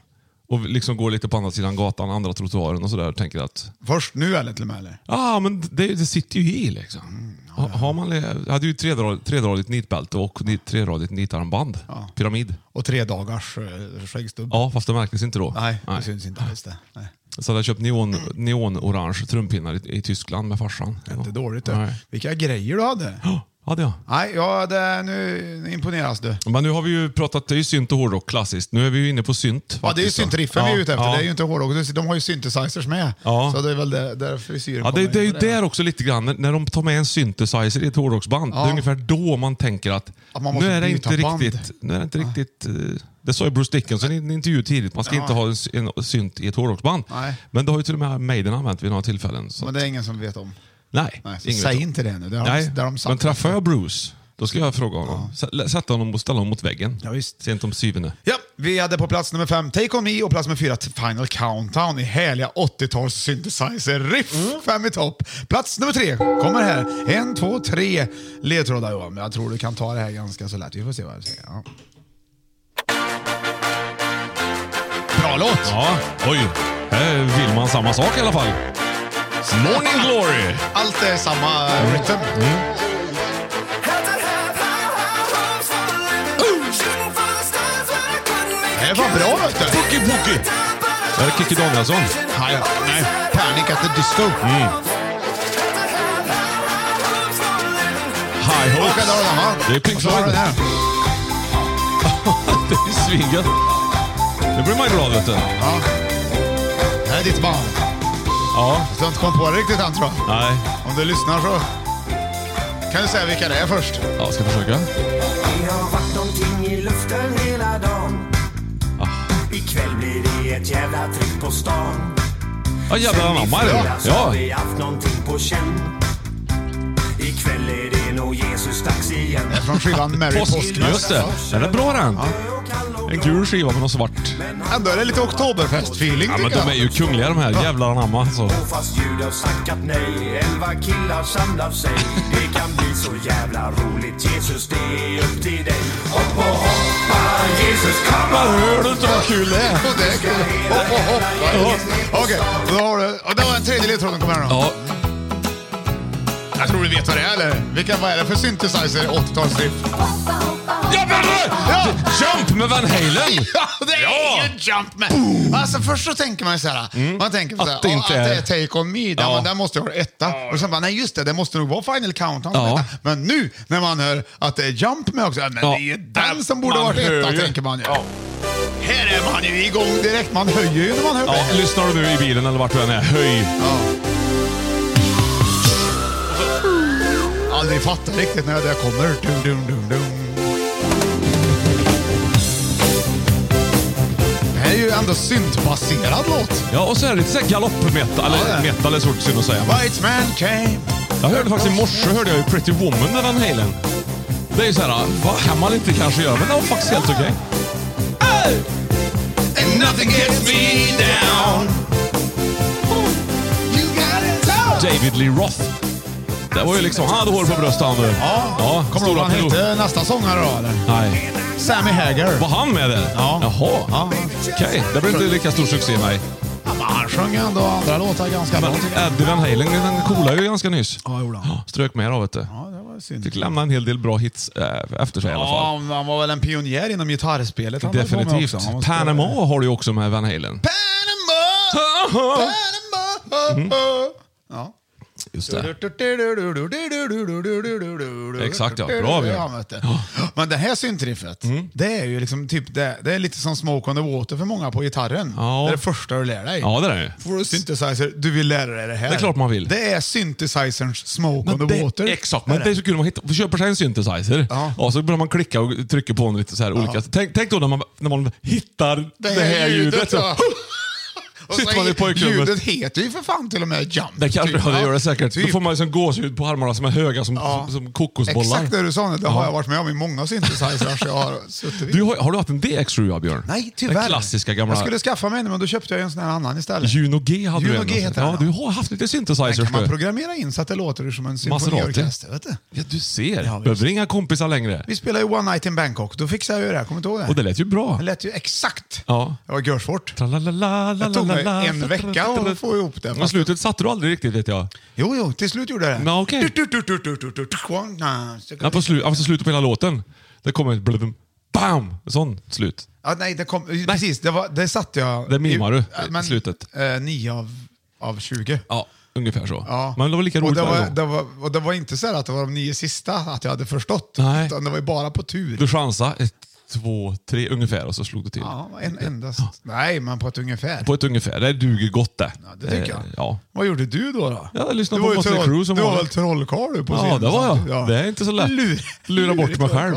C: Och liksom går lite på andra sidan gatan, andra trottoaren och sådär. Tänker att
B: Först nu eller till och med? Eller?
C: Ja, men det, det sitter ju i liksom. Ha- Har man, jag hade ju ett tredradigt, tredradigt nitbälte och ni- tredradigt nitarmband. Pyramid.
B: Och tre dagars eh, skäggstubb?
C: Ja, fast det märktes inte då.
B: Nej, det syns inte alls det. Nej.
C: Så hade jag köpt neon, neonorange trumpinnar i, i Tyskland med farsan.
B: Inte dåligt
C: Nej.
B: det. Vilka grejer du hade.
C: Ja, hade jag.
B: Nej, ja, det, nu imponeras du.
C: Men nu har vi ju pratat, det är ju synt och hårdrock klassiskt. Nu är vi ju inne på synt.
B: Ja, det är ju
C: faktiskt,
B: syntriffen vi är ute efter.
C: Ja.
B: Det är ju inte hårdrock. De har ju synthesizers med.
C: Ja.
B: Så det är väl där, där frisyren
C: Ja, det,
B: kommer
C: det är ju
B: in på
C: där också lite grann, när- när de tar med en synthesizer i ett hårdrocksband. Det är ungefär då man tänker att,
B: Att man
C: nu,
B: måste
C: är det
B: byta
C: inte
B: band.
C: riktigt, nu är det inte riktigt... eh, Det sa ju Bruce Dickinson i en intervju tidigt, man ska inte ha en, s- en synt i ett hårdrocksband.
B: Nej.
C: Men det har ju till och med Maiden använt vid några tillfällen. Så.
B: Men det är ingen som vet om.
C: nej,
B: Nej, så
C: ingen
B: säg
C: vet.
B: inte det nu. Det har de-
C: Nej,
B: det har de sagt.
C: men träffar jag Bruce, då ska jag fråga honom. S- Sätta honom och ställa honom mot väggen.
B: Ja, visst.
C: Sent om syvende.
B: Ja, vi hade på plats nummer fem Take On Me och plats nummer fyra Final Countdown i härliga 80-tals synthesizer-riff.
C: Mm.
B: Fem i topp. Plats nummer tre kommer här. En, två, tre ledtrådar Johan. Men Jag tror du kan ta det här ganska så lätt. Vi får se vad jag säger. Ja. Bra låt!
C: Ja, oj. Här vill man samma sak i alla fall. Morning Glory!
B: Allt är samma rytm. Det var bra vet du.
C: Pookie Pookie! Det här är Kikki Danielsson.
B: Nej, nej. Panic at the Disco.
C: High
B: Och där har du den va?
C: Det är Pink
B: Och så har du
C: Floyd.
B: den.
C: <laughs> Det är svingött. Nu blir man glad vet du.
B: Ja. Det här är ditt band.
C: Ja.
B: Du har inte kommit på det riktigt än tror jag.
C: Nej.
B: Om du lyssnar så kan du säga vilka det är först.
C: Ja, ska jag försöka.
D: Det har varit någonting i luften hela dagen. Ikväll blir det ett jävla tripp på stan.
C: Ja, jävlar anamma är det.
D: Fredags har
C: Ja.
D: vi haft någonting på känn. Ikväll är det nog Jesus dags igen.
B: Det är från skivan Merry Påskmöss.
C: Just det. Den är bra den. En gul skiva med något svart.
B: Ändå är det lite Oktoberfest-feeling
C: Ja, men
B: tycker
C: de är
B: jag.
C: ju kungliga de här. Jävlar anamma alltså.
D: Och fast ljud har sagt nej, elva killar samlar sig. Det kan bli så jävla roligt. Jesus, det är upp till dig. Hopp och hoppa, Jesus, kom och
C: Hör du inte vad kul det är?
B: Och det är kul. Hopp, hopp, hopp. Okej, då har du... Och det var en tredje ledtråden kommer här då.
C: Ja.
B: Jag tror du vet vad det är eller? Vilka, vad är det för synthesizer 80-talsriff?
C: Jävlar! Jump med Van Halen!
B: Ja, det är
C: Ja! Mm.
B: ju jump man. Alltså först så tänker man så här. Man tänker så här,
C: Att det inte
B: "Åh, att det
C: är-
B: är Take On Me, den,
C: Ja.
B: den måste jag ha etta. Och sen bara, nej just det, det måste nog vara Final Countdown. som
C: Ja.
B: etta. Men nu när man hör att det är Jump med också, men det är ju den som borde
C: Man
B: varit etta
C: hör ju.
B: tänker man ju. Här är man ju igång direkt, man höjer ju när man hör
C: Ja,
B: det.
C: lyssnar du nu i bilen eller vart du än är, höj.
B: Aldrig fattar riktigt när det kommer. Dum, dum, dum, dum. Det här är ju ändå syntbaserad låt.
C: Ja, och så är det lite såhär galoppmetal,
B: Ja, det
C: eller
B: är.
C: metal är så synd att säga.
B: White man came.
C: Jag hörde faktiskt i morse hörde jag ju Pretty Woman med Van Halen. Det är ju såhär, vad kan man inte kanske göra? Men det var faktiskt helt okej.
D: And nothing gets me down. You got it down.
C: David Lee Roth. Det var ju liksom, han hade hår på bröstet han du.
B: Ja. Kommer du ihåg vad han
C: pilot.
B: hette nästa sångare då? Eller?
C: Nej.
B: Sammy Hagar.
C: Var han med där?
B: Ja.
C: Jaha.
B: Ja.
C: Okej, det blir inte lika stor succé nej.
B: Ja, men han sjöng ändå andra låtar ganska
C: Men
B: bra tycker jag.
C: Eddie Van Halen, den coolade ju ganska nyss.
B: Ja, gjorde han.
C: Strök med då vet du.
B: Ja, det var synd.
C: Fick lämna en hel del bra hits eh, efter sig i alla fall.
B: Ja, han var väl en pionjär inom gitarrspelet. Han höll på med
C: Definitivt.
B: också. Han var-
C: Panama har du ju också med Van Halen.
B: Panama!
C: Mm.
B: Panama! Ja.
C: Just det.
B: Exakt
C: Exakt, ja. Mm. Bra, vi.
B: Men det här syntriffet, det är ju liksom typ det, det är lite som Smoke on the Water för många på gitarren.
C: Ja.
B: Det är det första du lär dig.
C: Ja, det är det ju.
B: Får du synthesizer, du vill lära dig det här.
C: Det är klart man vill.
B: Det är synthesiserns Smoke
C: Men
B: on the
C: det-
B: Water.
C: Exakt, men det är så kul om man hittar, köper sig en synthesizer.
B: Ja.
C: Ja, så börjar man klicka och trycka på den lite så här olika. Tänk, tänk då när man, när man hittar det här, ljudet. så.
B: ja. Och
C: Sitter
B: så
C: man i pojkrummet.
B: Ljudet heter ju för fan till och med jump.
C: Det kanske
B: typ.
C: ja, det gör det säkert.
B: Typ.
C: Då får man liksom gåshud på armarna som är höga som,
B: Ja.
C: som, som kokosbollar.
B: Exakt det du sa nu, det har
C: Ja.
B: jag varit med om i många synthesizers jag har suttit vid.
C: Du, har, har du haft en DX7 ja, Björn?
B: Nej, tyvärr.
C: Den klassiska gamla...
B: Jag skulle skaffa mig en, men då köpte jag ju en sån här annan istället.
C: Juno G hade
B: Juno
C: du
B: G
C: en.
B: heter
C: ja,
B: den,
C: du
B: ja.
C: har haft lite
B: Den
C: synthesizers
B: kan man
C: du.
B: programmera in så att det låter som en
C: Maserati.
B: symfoniorkester. Vet du?
C: Ja, du ser.
B: Ja, visst.
C: Behöver inga kompisar längre.
B: Vi spelade ju One Night in Bangkok, då fixade jag ju det här. Kommer du ihåg det?
C: Och det lät ju bra.
B: Det lät ju exakt.
C: Ja.
B: Det var görsvårt.
C: Tralalala,
B: Det tog mig
C: lalalala,
B: en vecka att få ihop det.
C: Men slutet satte du aldrig riktigt vet jag.
B: Jo, jo, till slut gjorde jag det.
C: Ja, okej.
B: Du, du, du, du, du, du, du, one night.
C: Ja, på slu alltså slutet på hela låten. Det kommer ett blubum, bam! Sån slut.
B: Ja, nej, det kom, precis. Det, var, det satte jag...
C: Det mimar du i
B: Ja,
C: slutet.
B: Eh, 9 av, av 20.
C: Ja, ungefär så.
B: Ja.
C: Men det var lika roligt
B: och det var,
C: varje
B: det
C: gång.
B: var, och det var inte så här att det var de nio sista att jag hade förstått.
C: Nej.
B: Utan det var ju bara på tur.
C: Du chansade ett, två, tre ungefär och så slog du till.
B: Ja, en, endast. Nej, men på ett ungefär.
C: På ett ungefär. Det duger gott det.
B: Ja, det tycker
C: Eh,
B: jag.
C: Ja.
B: Vad gjorde du då? då?
C: Ja, jag lyssnade
B: Du var
C: på
B: ju
C: Motley
B: troll-
C: Crue som
B: Du var
C: vanligt.
B: väl trollkarl på
C: Ja,
B: scenen
C: det var jag.
B: samtidigt? Ja.
C: Det är inte så lätt.
B: Lur-
C: Lura bort mig själv.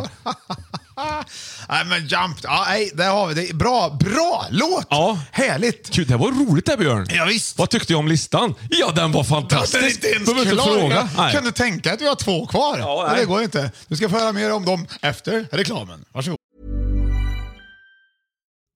B: <laughs> nej, men Jump. Ja, nej, där har vi det. Bra, bra låt!
C: Ja.
B: Härligt!
C: Gud, det var roligt det Björn.
B: Ja, visst.
C: Vad tyckte jag om listan? Ja, den var
B: Den är
C: fantastisk.
B: inte ens
C: Behöver inte
B: klar.
C: fråga.
B: Jag
C: Nej.
B: kunde tänka att vi har två kvar.
C: Ja,
B: men
C: nej.
B: det går inte. Du ska få höra mer om dem efter reklamen. Varsågod.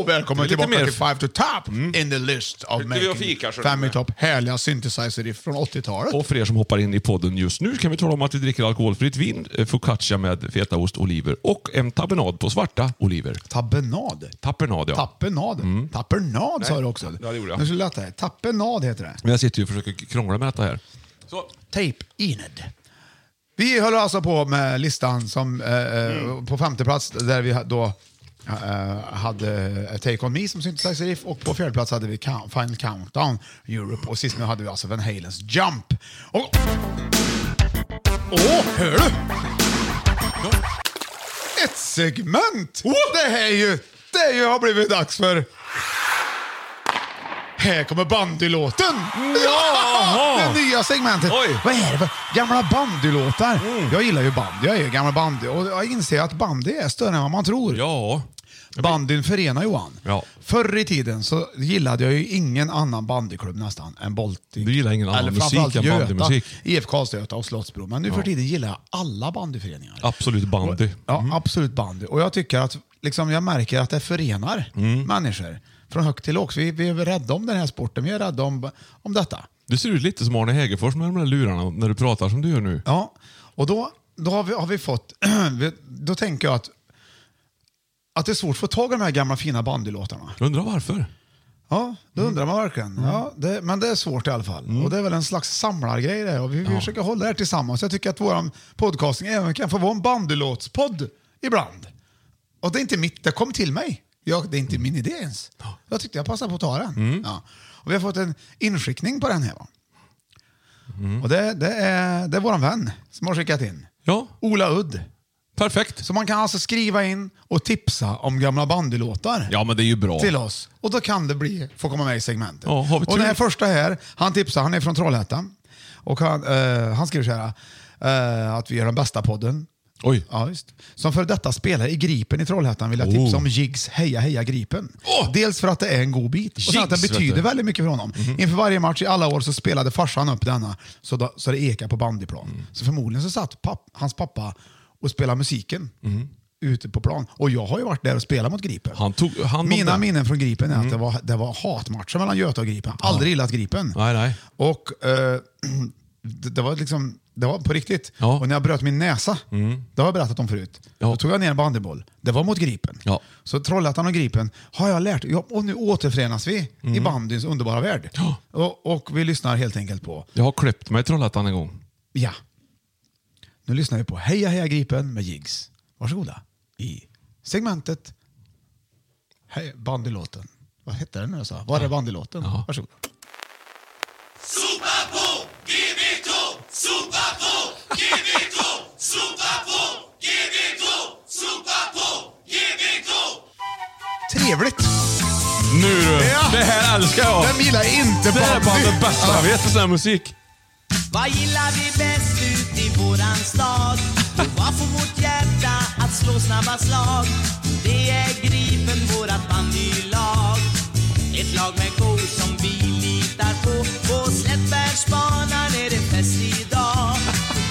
B: Och
C: Det är
B: välkommen
C: lite
B: tillbaka
C: mer- Mm.
B: till Five to Top in the list of
C: Tyckte vi
B: making
C: var fika, så
B: Family
C: det
B: Top. Härliga synthesizer från 80-talet.
C: Och för er som hoppar in i podden just nu kan vi tala om att vi dricker alkoholfritt vin, eh, focaccia med fetaost, oliver och en tabenad på svarta oliver.
B: Tabenad.
C: Tapenad ja.
B: Tapenad.
C: Mm.
B: Tappernad sa du också.
C: ja, det gjorde jag.
B: Nu skulle jag lätta det. Tapenad heter det.
C: Men jag sitter ju och försöker krångla med detta här. Så.
B: Tape Enid. Vi höll alltså på med listan som, eh, eh,
C: Mm.
B: på femte plats där vi ha- då eh, hade Take On Me som synthesizer riff och på fjärde plats hade vi Count- Final Countdown Europe och sist nu hade vi alltså Van Halens Jump. Och... Åh, hör du? Ett segment! Det här är ju, det är ju har blivit dags för... Här kommer bandylåten! <laughs>
C: Jaha!
B: det nya segmentet.
C: Oj. Mm.
B: Vad är det? för- Gamla bandylåtar. Jag gillar ju bandy. Jag är ju gammal bandy. Och jag inser att bandy är större än vad man tror.
C: Ja,
B: Bandyn förenar Johan.
C: Ja.
B: Förr i tiden så gillade jag ju ingen annan bandyklubb nästan än Baltic.
C: Du gillar ingen annan
B: Eller
C: musik
B: framförallt
C: än
B: Göta,
C: bandymusik.
B: IFK Karlstad och Slottsbro. Men nu för tiden gillar jag alla bandyföreningar.
C: Absolut bandy.
B: Ja, absolut bandy. Och jag tycker att liksom, jag märker att det förenar
C: Mm.
B: människor från högt till lågt. Vi, vi är rädda om den här sporten, vi är rädda om, om detta.
C: Du ser ut lite som Arne Hegerfors med de där lurarna när du pratar som du gör nu.
B: Ja, och då, då har, vi, har vi fått... <clears throat> då tänker jag att, att det är svårt att få tag i de här gamla fina bandylåtarna.
C: Jag undrar varför.
B: Ja, det undrar man verkligen. Ja, det, men det är svårt i alla fall. Och Det är väl en slags samlargrej det. Och vi, vi försöker hålla det här tillsammans. Jag tycker att vår podcasting även kan få vara en bandylåtspodd ibland. Och det är inte mitt, det kom till mig. Jag, det är inte min idé ens. Jag tyckte jag passade på att ta den. Ja. Och vi har fått en inskickning på den här. Va? Och det, det, är, det är vår vän som har skickat in.
C: Ja,
B: Ola Udd.
C: perfekt.
B: Så man kan alltså skriva in och tipsa om gamla bandylåtar
C: Ja, men det är ju bra.
B: till oss. Och då kan det bli, få komma med i segmentet.
C: Ja, har vi
B: och
C: tur?
B: den här första här, han tipsar, han är från Trollhättan. Och han, eh, han skriver så här, eh, att vi gör den bästa podden.
C: Oj.
B: Ja, visst. Som för detta spelare i Gripen i Trollhättan vill jag tipsa om Jigs Heja Heja Gripen.
C: Oh. Åh!
B: Dels för att det är en god bit och sen att den
C: Jigs, vet
B: betyder
C: du. Mhm.
B: väldigt mycket för honom. Inför varje match i alla år så spelade farsan upp denna så, då, så det ekar på bandyplan.
C: Mm.
B: Så förmodligen så satt papp, hans pappa och spelade musiken ute på plan. Och jag har ju varit där och spelat mot Gripen.
C: Mhm. Han Mm. tog hand om
B: Mina
C: det.
B: minnen från Gripen är att det var, det var hatmatcher mellan Göta och Gripen. Aldrig gillat Gripen.
C: Nej, nej.
B: Och eh, <clears throat> det, det var liksom det var på riktigt.
C: Ja. Mm.
B: Och när jag bröt min näsa, det har jag berättat om förut,
C: Ja.
B: då tog jag ner en bandyboll. Det var mot Gripen.
C: Ja.
B: Så Trollhättan och Gripen har jag lärt. Ja, och nu återförenas vi i bandyns underbara värld.
C: Mm. Ja.
B: Och, och vi lyssnar helt enkelt på,
C: Jag har klippt mig i Trollhättan en gång.
B: ja. Nu lyssnar vi på Heja Heja Gripen med Jigs. Varsågoda. I segmentet Hej, bandylåten. Vad hette den nu jag sa? Var är bandylåten?
C: Ja.
B: Varsågod. Trevligt!
C: Nu du!
B: Ja.
C: Det här älskar jag!
B: Vem gillar inte
C: Det här är
B: bandy?
C: bland det bästa jag vet för sån här musik.
D: Vad gillar vi bäst ut i våran stad? Och vad får vårt hjärta att slå snabba slag? Det är Gripen, vårat bandylag. Ett lag med go som vi litar på. På Slättbergsbanan är det fest idag.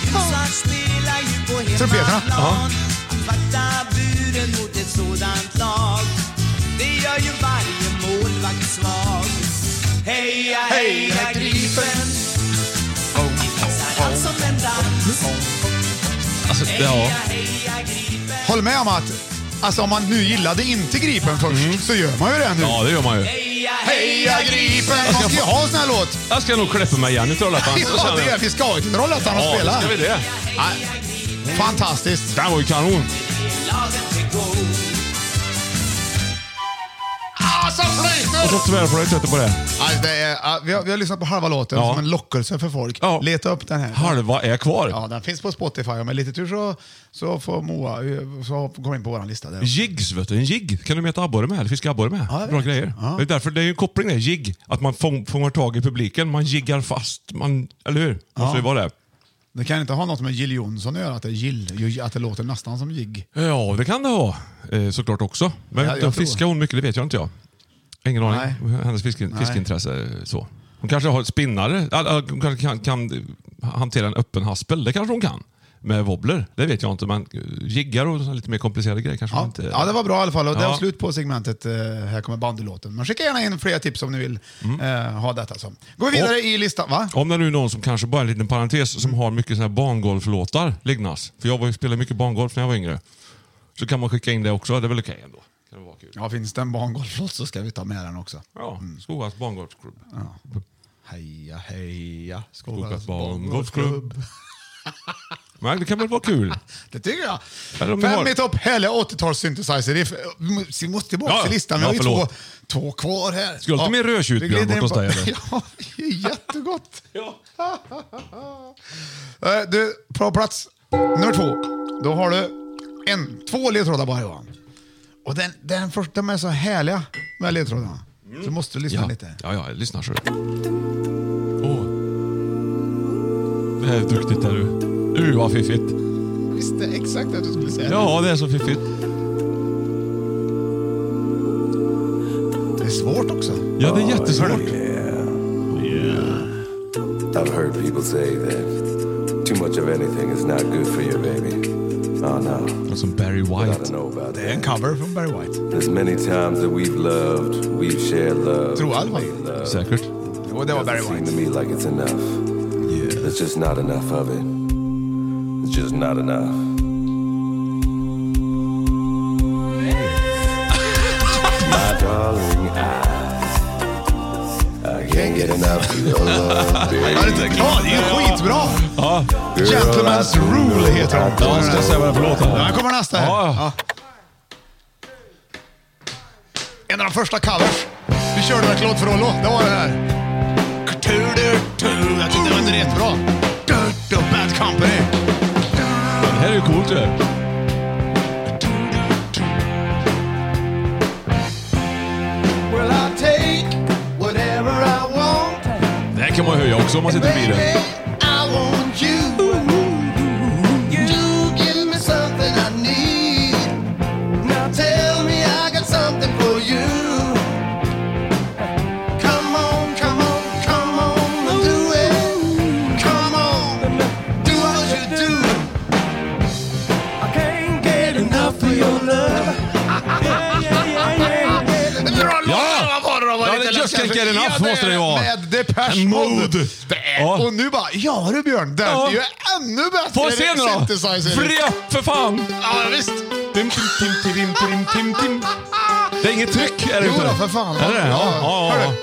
D: Gusar spelar ju på
B: Trumpeterna.
D: hemmaplan. Att vakta buren mot ett sådant lag, det gör ju varje målvakt svag. Heja, heja Gripen! Vi fixar allt som en dans.
C: Alltså, det, ja.
D: Heja Gripen,
B: Håll med om att alltså, om man nu gillade inte Gripen först
C: Mm.
B: så gör man ju det nu.
C: ja, det gör man ju.
D: heja,
B: Heja Gripen! Man ska ju ha en sån här låt.
C: Jag ska nog klippa mig igen i Trollhättan.
B: Ja, det är, vi ska ju till Trollhättan och
C: Ja, då
B: spela.
C: ska vi det.
B: Fantastiskt.
C: Den var ju kanon.
D: laget är go.
B: Alltså,
C: Och så tvärflöjt vet du, på det.
B: det är, ja, vi, har, vi har lyssnat på halva låten
C: Ja.
B: som en lockelse för folk.
C: Ja.
B: Leta upp den här.
C: Halva är kvar.
B: Ja, den finns på Spotify. Med lite tur så, så får Moa eh, så kommer in på vår lista. Där.
C: Jigs, vet du. En jigg kan du meta abborre med. Eller fiska abborre med.
B: Ja, jag
C: Bra
B: vet.
C: grejer.
B: Ja.
C: Det är därför det är ju en koppling där. Jigg. Att man fång, fångar tag i publiken. Man jiggar fast. Man, eller hur? Måste
B: Ja.
C: ju vara det.
B: Det kan inte ha något med Jill Johnson att göra, att det, är Jill, att det låter nästan som jigg.
C: Ja, det kan det ha. Eh, såklart också. Men
B: Ja, jag
C: då
B: tror-
C: fiskar hon mycket, det vet jag inte jag. Ingen aning. Hennes fiske,
B: Nej.
C: fiskeintresse eh, så. Hon kanske har ett spinnare. Eller, eller, Hon kanske kan, kan eh, hantera en öppen haspel. Det kanske hon kan. Med wobbler. Det vet jag inte. Men eh, jiggar och såna lite mer komplicerade grejer kanske
B: Ja.
C: hon inte...
B: ja, det var bra i alla fall. Och Det
C: Ja.
B: var slut på segmentet eh, Här kommer bandylåten. Men skicka gärna in fler tips om ni vill eh, ha detta. Som. Går vi vidare
C: Mm. Och-
B: i listan, va?
C: Om det nu är någon som kanske bara en liten parentes som har mycket såna här bangolflåtar liggandes. För jag var ju- spelade mycket bangolf när jag var yngre. Så kan man skicka in det också. Det är väl okej ändå. Kan det vara kul.
B: Ja, finns det en bangolflåt så ska vi ta med den också.
C: Ja, Skogas bangolfklubb.
B: Heja, heja,
C: Skogas bangolfklubb. Men det kan väl vara kul?
B: Det tycker jag.
C: Eller om
B: Fem
C: vi har-
B: i topp, härliga 80-tals synthesizer. Det är för- Vi måste tillbaka
C: Ja,
B: till listan. Vi
C: ja,
B: har ju två,
C: förlåt.
B: två kvar här.
C: Ska du ha lite mer rödtjut,
B: vi
C: Björn,
B: glider in
C: borta hos
B: på-
C: dig,
B: <laughs> Ja,
C: <laughs>
B: det är jättegott.
C: Ja.
B: <laughs> Eh, Du, på plats nummer två, då har du en, två ledtrådar bara Johan. Och den, den första, de är så härliga med ledtrådarna. Så måste du
C: <laughs>
B: lyssna
C: Mm. Ja,
B: lite.
C: ja, ja lyssna så. Åh. Det här är duktigt där du. Uh, vad fiffigt.
B: Jag visste exakt att du skulle säga det.
C: Ja, det är så fiffigt. Ja, det är jättesvårt.
E: I've heard people say that too much of anything is not good for you, baby. Oh no.
C: Som Barry
E: I
C: White.
E: know about
B: Det är en
E: that.
B: cover från Barry White.
E: There's many times that we've loved, we've shared love.
B: Tror Alva.
C: Säkert.
B: Jo, det var Barry
E: Doesn't seem
B: White.
E: to me like it's enough. Yeah. There's just not enough of it. It's just not enough. My darling eyes. I can't get enough of your love,
B: Ja, det är
E: baby.
B: ja, det är ju skitbra!
C: Ja,
B: Gentleman's Rule heter den.
C: jag ska säga vad det är för låt.
B: Här kommer nästa. här.
C: Ja.
B: En av de första covers. Vi körde med Claude Frollo. Det var det här. Jag tyckte det var inte rätt bra. Bad Company.
C: Det här är ju coolt ju.
D: Well, I'll take whatever I want.
C: Det här kan man ju höja också om man sitter i bilen.
D: Baby, I want you. You give me something I need. Now tell me I got something for you. Come on, come on, come on and do it. Come on, do what you do. I can't get enough of your love. Yeah, yeah, yeah, yeah, yeah.
B: Bra låt!
C: Ja!
B: Vad var det då? Var
C: Ja,
B: lite
C: det är Just
B: läskigt.
C: Can't Get Enough
B: Ja, det
C: måste det ju vara.
B: Med Depeche
C: Mode.
B: Mode. Det är,
C: Ja.
B: Och nu bara, ja du Björn, den
C: Ja.
B: är ju ännu bättre.
C: Får jag se
B: än
C: nu då?
B: synthesizer.
C: Fria, för fan!
B: Ja, visst.
C: Tim, tim, tim, tim, tim, tim, tim. Det är inget tryck, är det
B: Jo
C: inte?
B: då, för fan.
C: Är det det? Ja, ja,
B: Hör
C: ja.
B: du?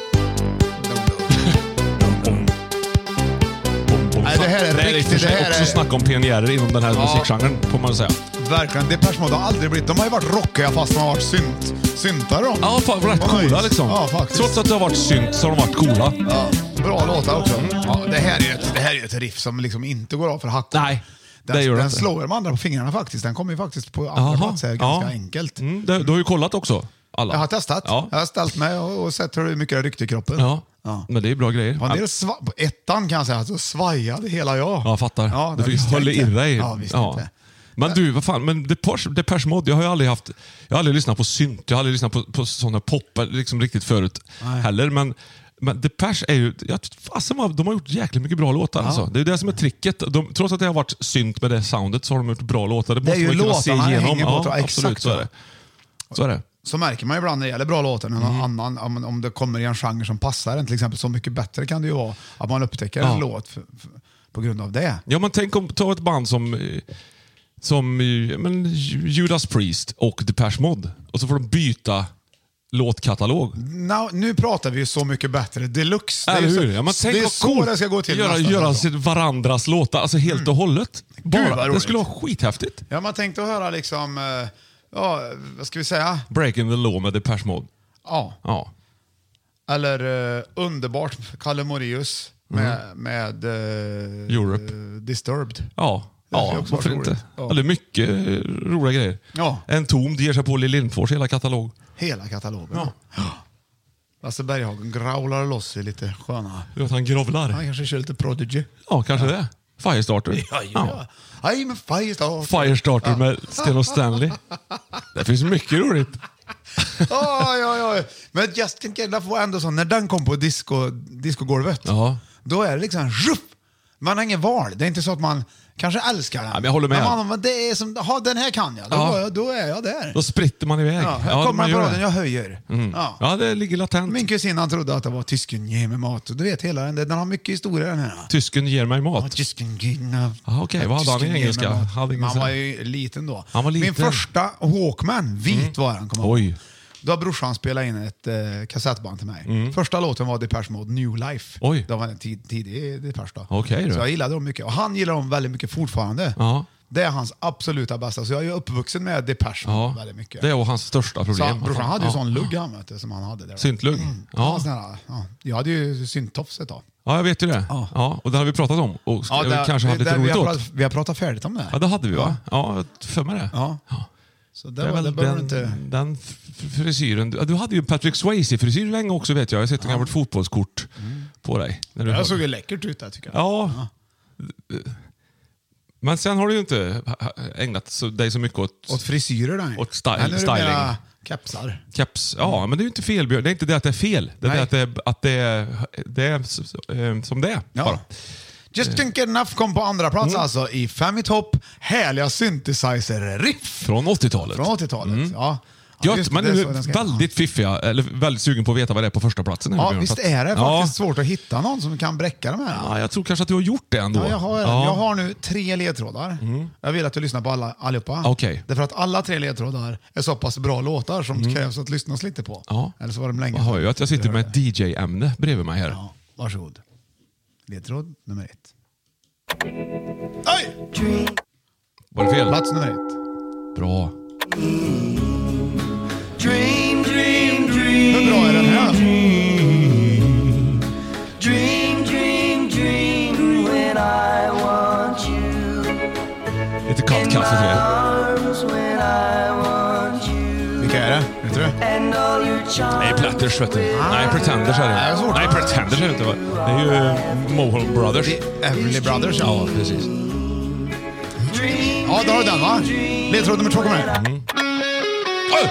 B: Nej, det här är
C: i och för
B: riktigt-
C: sig
B: det här
C: också
B: är-
C: snack om pionjärer inom den här musikgenren, får man säga.
B: Verkligen. Depeche Mode har aldrig blivit... De har ju varit rockiga fast de har varit synt, syntare. de.
C: Ja, fan, rätt
B: Vad
C: coola
B: nice.
C: liksom.
B: Ja, faktiskt.
C: Trots att det har varit synt så har de varit coola.
B: Ja, bra låtar också. Ja, det, här är ju ett, det här är ju ett riff som liksom inte går av för hack.
C: Nej,
B: den,
C: det gör det
B: Den
C: inte.
B: slår de andra på fingrarna faktiskt. Den kommer ju faktiskt på andra
C: Jaha,
B: plats här ganska
C: ja.
B: enkelt.
C: Mm, det, du har ju kollat också. Alla.
B: Jag har testat.
C: Ja.
B: Jag har ställt mig och, och sett hur mycket det ryckte i kroppen.
C: Ja.
B: Ja.
C: men det är ju bra grejer.
B: På, en del sva- på ettan kan jag säga att då svajade hela jag.
C: Ja, jag fattar.
B: Ja,
C: du
B: det
C: fick
B: visste jag
C: höll i
B: inte.
C: dig.
B: Ja, visste jag inte.
C: Men du, vad fan, men Depeche, Depeche Mode, jag har ju aldrig haft... Jag har aldrig lyssnat på synt, jag har aldrig lyssnat på, på sådana pop liksom riktigt förut heller. Men, men Depeche är ju... Jag, fasen vad- de har gjort jäkligt mycket bra låtar alltså. Det är ju det som är tricket. De, trots att det har varit synt med det soundet så har de gjort bra låtar. Det, måste
B: ju
C: man kunna se
B: låtarna det
C: igenom.
B: hänger på, tror jag.
C: absolut,
B: Exakt
C: så är
B: så.
C: det. Så är det.
B: Så märker man ju ibland när det gäller bra låtar, när
C: Mm.
B: någon annan, om, om det kommer i en genre som passar en till exempel. Så mycket bättre kan det ju vara att man upptäcker
C: Ja.
B: en låt för, för, på grund av det.
C: Ja, men tänk om, ta ett band som, eh, som eh, men, Judas Priest och Depeche Mode. Och så får de byta låtkatalog.
B: Now, nu pratar vi ju Så mycket bättre deluxe. Det är
C: Eller
B: ju
C: hur?
B: Så,
C: Ja, men tänk
B: det är
C: vad
B: så
C: coolt.
B: det ska gå till.
C: Göra,
B: nästan. Mm.
C: göra sitt varandras låtar, alltså helt och hållet.
B: vad
C: Bara, det
B: roligt.
C: skulle vara skithäftigt.
B: Ja, man tänkte höra liksom, eh, ja, vad ska vi säga?
C: Breaking the law med Depeche Mode.
B: Ja,
C: Ja.
B: eller eh, underbart Kalle Moraeus med, med eh,
C: Mm. Europe.
B: eh, Disturbed.
C: Ja.
B: Det är
C: Ja,
B: också
C: varför
B: roligt.
C: inte?
B: Ja.
C: Eller mycket eh, roliga grejer.
B: Ja.
C: En tom det ger sig på Lill Lindfors hela katalog.
B: Hela katalogen.
C: Ja.
B: Lasse Berghagen growlar loss i lite sköna...
C: Det är att han
B: Han
C: grovlar.
B: kanske kör lite Prodigy.
C: Ja, kanske det. Firestarter. Ja.
B: I'm a firestar.
C: Firestarter med Sten och Stanley. Det finns mycket roligt.
B: Oj, oj, oj. Men Just Can't Get Enough var ändå sån, när den kom på disco, discogolvet,
C: Ja.
B: då är det liksom ruff! Man har ingen val. Det är inte så att man kanske älskar den.
C: men jag håller med.
B: Men man, men det är som, ha, den här kan jag. Då,
C: Ja.
B: var jag, då är jag där.
C: Då spritter man iväg.
B: ja, här
C: man
B: kommer den på
C: gör
B: raden,
C: det. Mm.
B: jag höjer. Ja.
C: Ja, det ligger latent.
B: Min kusin han trodde att det var tysken ger mig mat. Du vet hela den, där. den har mycket historia den här.
C: Tysken ger mig mat.
B: Ja, tysken ger mig-
C: Ah, okej. Vad hade han i
B: tysken ger mig
C: engelska?
B: mat.
C: Hade ingen
B: Man
C: sån-
B: var ju liten då.
C: Han var
B: Min
C: liten. Mm.
B: första Walkman, vit var han. Kom ihåg.
C: Oj.
B: Då har brorsan spelat in ett eh, kassettband till mig. Första låten var Depeche Mode, New Life.
C: Mm. Oj.
B: Det var en tid, tidig Depeche då.
C: Okej då.
B: Så jag gillade dem mycket. Och han gillar dem väldigt mycket fortfarande.
C: Ja.
B: Det är hans absoluta bästa. Så jag är ju uppvuxen med Depeche Mode
C: Ja,
B: väldigt mycket.
C: det var hans största
B: så
C: problem. Alltså.
B: han, brorsan hade ju
C: ja.
B: sån lugg han, vet du, som han hade där.
C: Syntlugg.
B: Ja.
C: Ja.
B: sån här, ja. Jag hade ju syntofs ett tag.
C: ja, jag vet ju det.
B: Ja.
C: Ja. och det har vi pratat om och ska,
B: där-
C: kanske haft lite
B: där vi,
C: roligt
B: har
C: åt.
B: pratat, vi har pratat färdigt om det.
C: Ja, det hade vi va? Ja, jag har för mig det.
B: Ja. Så där
C: Det är
B: var,
C: väl
B: det behöver du
C: den,
B: inte...
C: den f- frisyren. Du, ja, du hade ju Patrick Swayze-frisyr länge också vet jag. Jag har sett ett gammalt fotbollskort på dig. När du har-
B: Mm. Jag såg ju läckert ut där tycker jag.
C: Ja. Men sen har du ju inte ägnat så- dig så mycket åt...
B: Åt frisyrer där.
C: Åt sty-
B: Eller är det
C: styling.
B: mera Kepsar.
C: Keps. Ja, men det är ju inte fel, Björn. Det är inte det att det är fel. Det är
B: Mm. Nej.
C: det att det, att det, är- det är s- s- eh, som det är.
B: Ja.
C: Bara. Eh. Mm.
B: Just Think Enough kom på andra plats alltså i Fem i topp. Härliga synthesizer-riff
C: Från 80-talet.
B: från 80-talet. Ja. Ja,
C: Mm. Gött,
B: just
C: men
B: det,
C: nu
B: så den ska-
C: väldigt fiffiga, eller väldigt sugen på att veta vad det är på första platsen. här,
B: Ja,
C: Björn.
B: visst
C: För att-
B: är det
C: Ja.
B: faktiskt svårt att hitta någon som kan bräcka de här.
C: Ja, jag tror kanske att du har gjort det ändå.
B: Ja, jag, har, jag har nu tre ledtrådar. Jag vill att du lyssnar på alla, allihopa.
C: Mm. Okej. Mm.
B: Därför att alla tre ledtrådar är så pass bra låtar som krävs att lyssnas lite på.
C: Ja.
B: Eller så var de länge
C: Jag hör ju
B: sedan.
C: att jag sitter med ett DJ-ämne bredvid mig här.
B: Ja, varsågod. Ledtråd nummer ett. Oj!
C: Var det fel?
B: Plats nummer ett.
C: Bra.
B: Hur bra är den här?
C: Lite kallt kaffe till er.
B: Vilka är det? Vet du det?
C: Nej, Platters vet du. Nej, Pretenders är det.
B: Ah. Nej, det är svårt.
C: Nej, Pretenders är det inte. va? Det är ju eh, Mohawk Brothers.
B: Everly Brothers, ja.
C: Ja, precis.
B: Ja, då har du den va? Ledtråd nummer två kommer här.
C: Oh!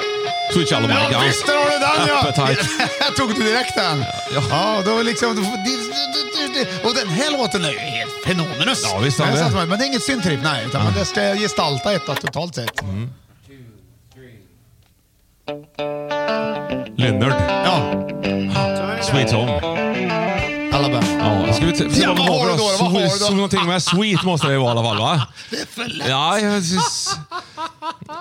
C: Sweet Shallow Mm. Oh My
B: Ja,
C: Guns.
B: visst där har du den ja!
C: Appetite.
B: Jag <laughs> tog du direkt den.
C: Ja.
B: Ja, då liksom... Och den här låten är ju helt fenomenus.
C: Ja, visst är
B: Den
C: det. Mm.
B: satt man- Men det är inget syntripp, nej. Utan det ska gestalta ett totalt sett.
C: Leonard.
B: Ja,
C: Sweet Home.
B: alla band.
C: Ja, ska vi se
B: Ja, vad har du då? Vad har du då?
C: Sweet, någonting med Sweet måste det ju vara i alla fall, va? Det är för lätt. Ja, jag... s-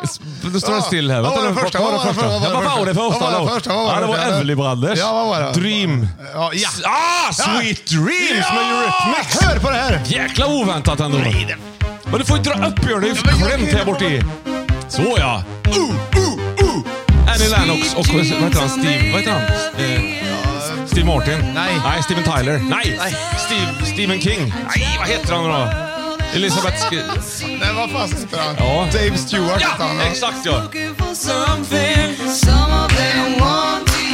C: s- Nu står det still här.
B: Vad var
C: nu,
B: det första?
C: Vad var det första? Ja, Vad var det första?
B: Vad var det
C: då?
B: första? Vad var
C: Ja, det
B: det
C: var
B: första?
C: Everly Brothers.
B: Ja, vad var det?
C: Dream.
B: Ja, ja.
C: S- Ah! Sweet Dreams
B: Ja!
C: med Eurythmics.
B: Hör på det här!
C: Jäkla oväntat ändå. Men du får ju dra upp Björn, det är ju
B: men jag
C: klämt
B: kan
C: här
B: ju
C: borta i. Så ja. Uh, uh, uh. Annie Lennox och vad heter han? Steve... Vad heter han? Eh, Steve Martin?
B: Nej.
C: Nej, Steven Tyler? Nej. Steve, Stephen King? Nej, vad heter han då? Elisabeth... Sk-
B: Nej, vad fan heter han?
C: Ja.
B: Dave Stewart heter
C: ja,
B: han.
C: exakt ja.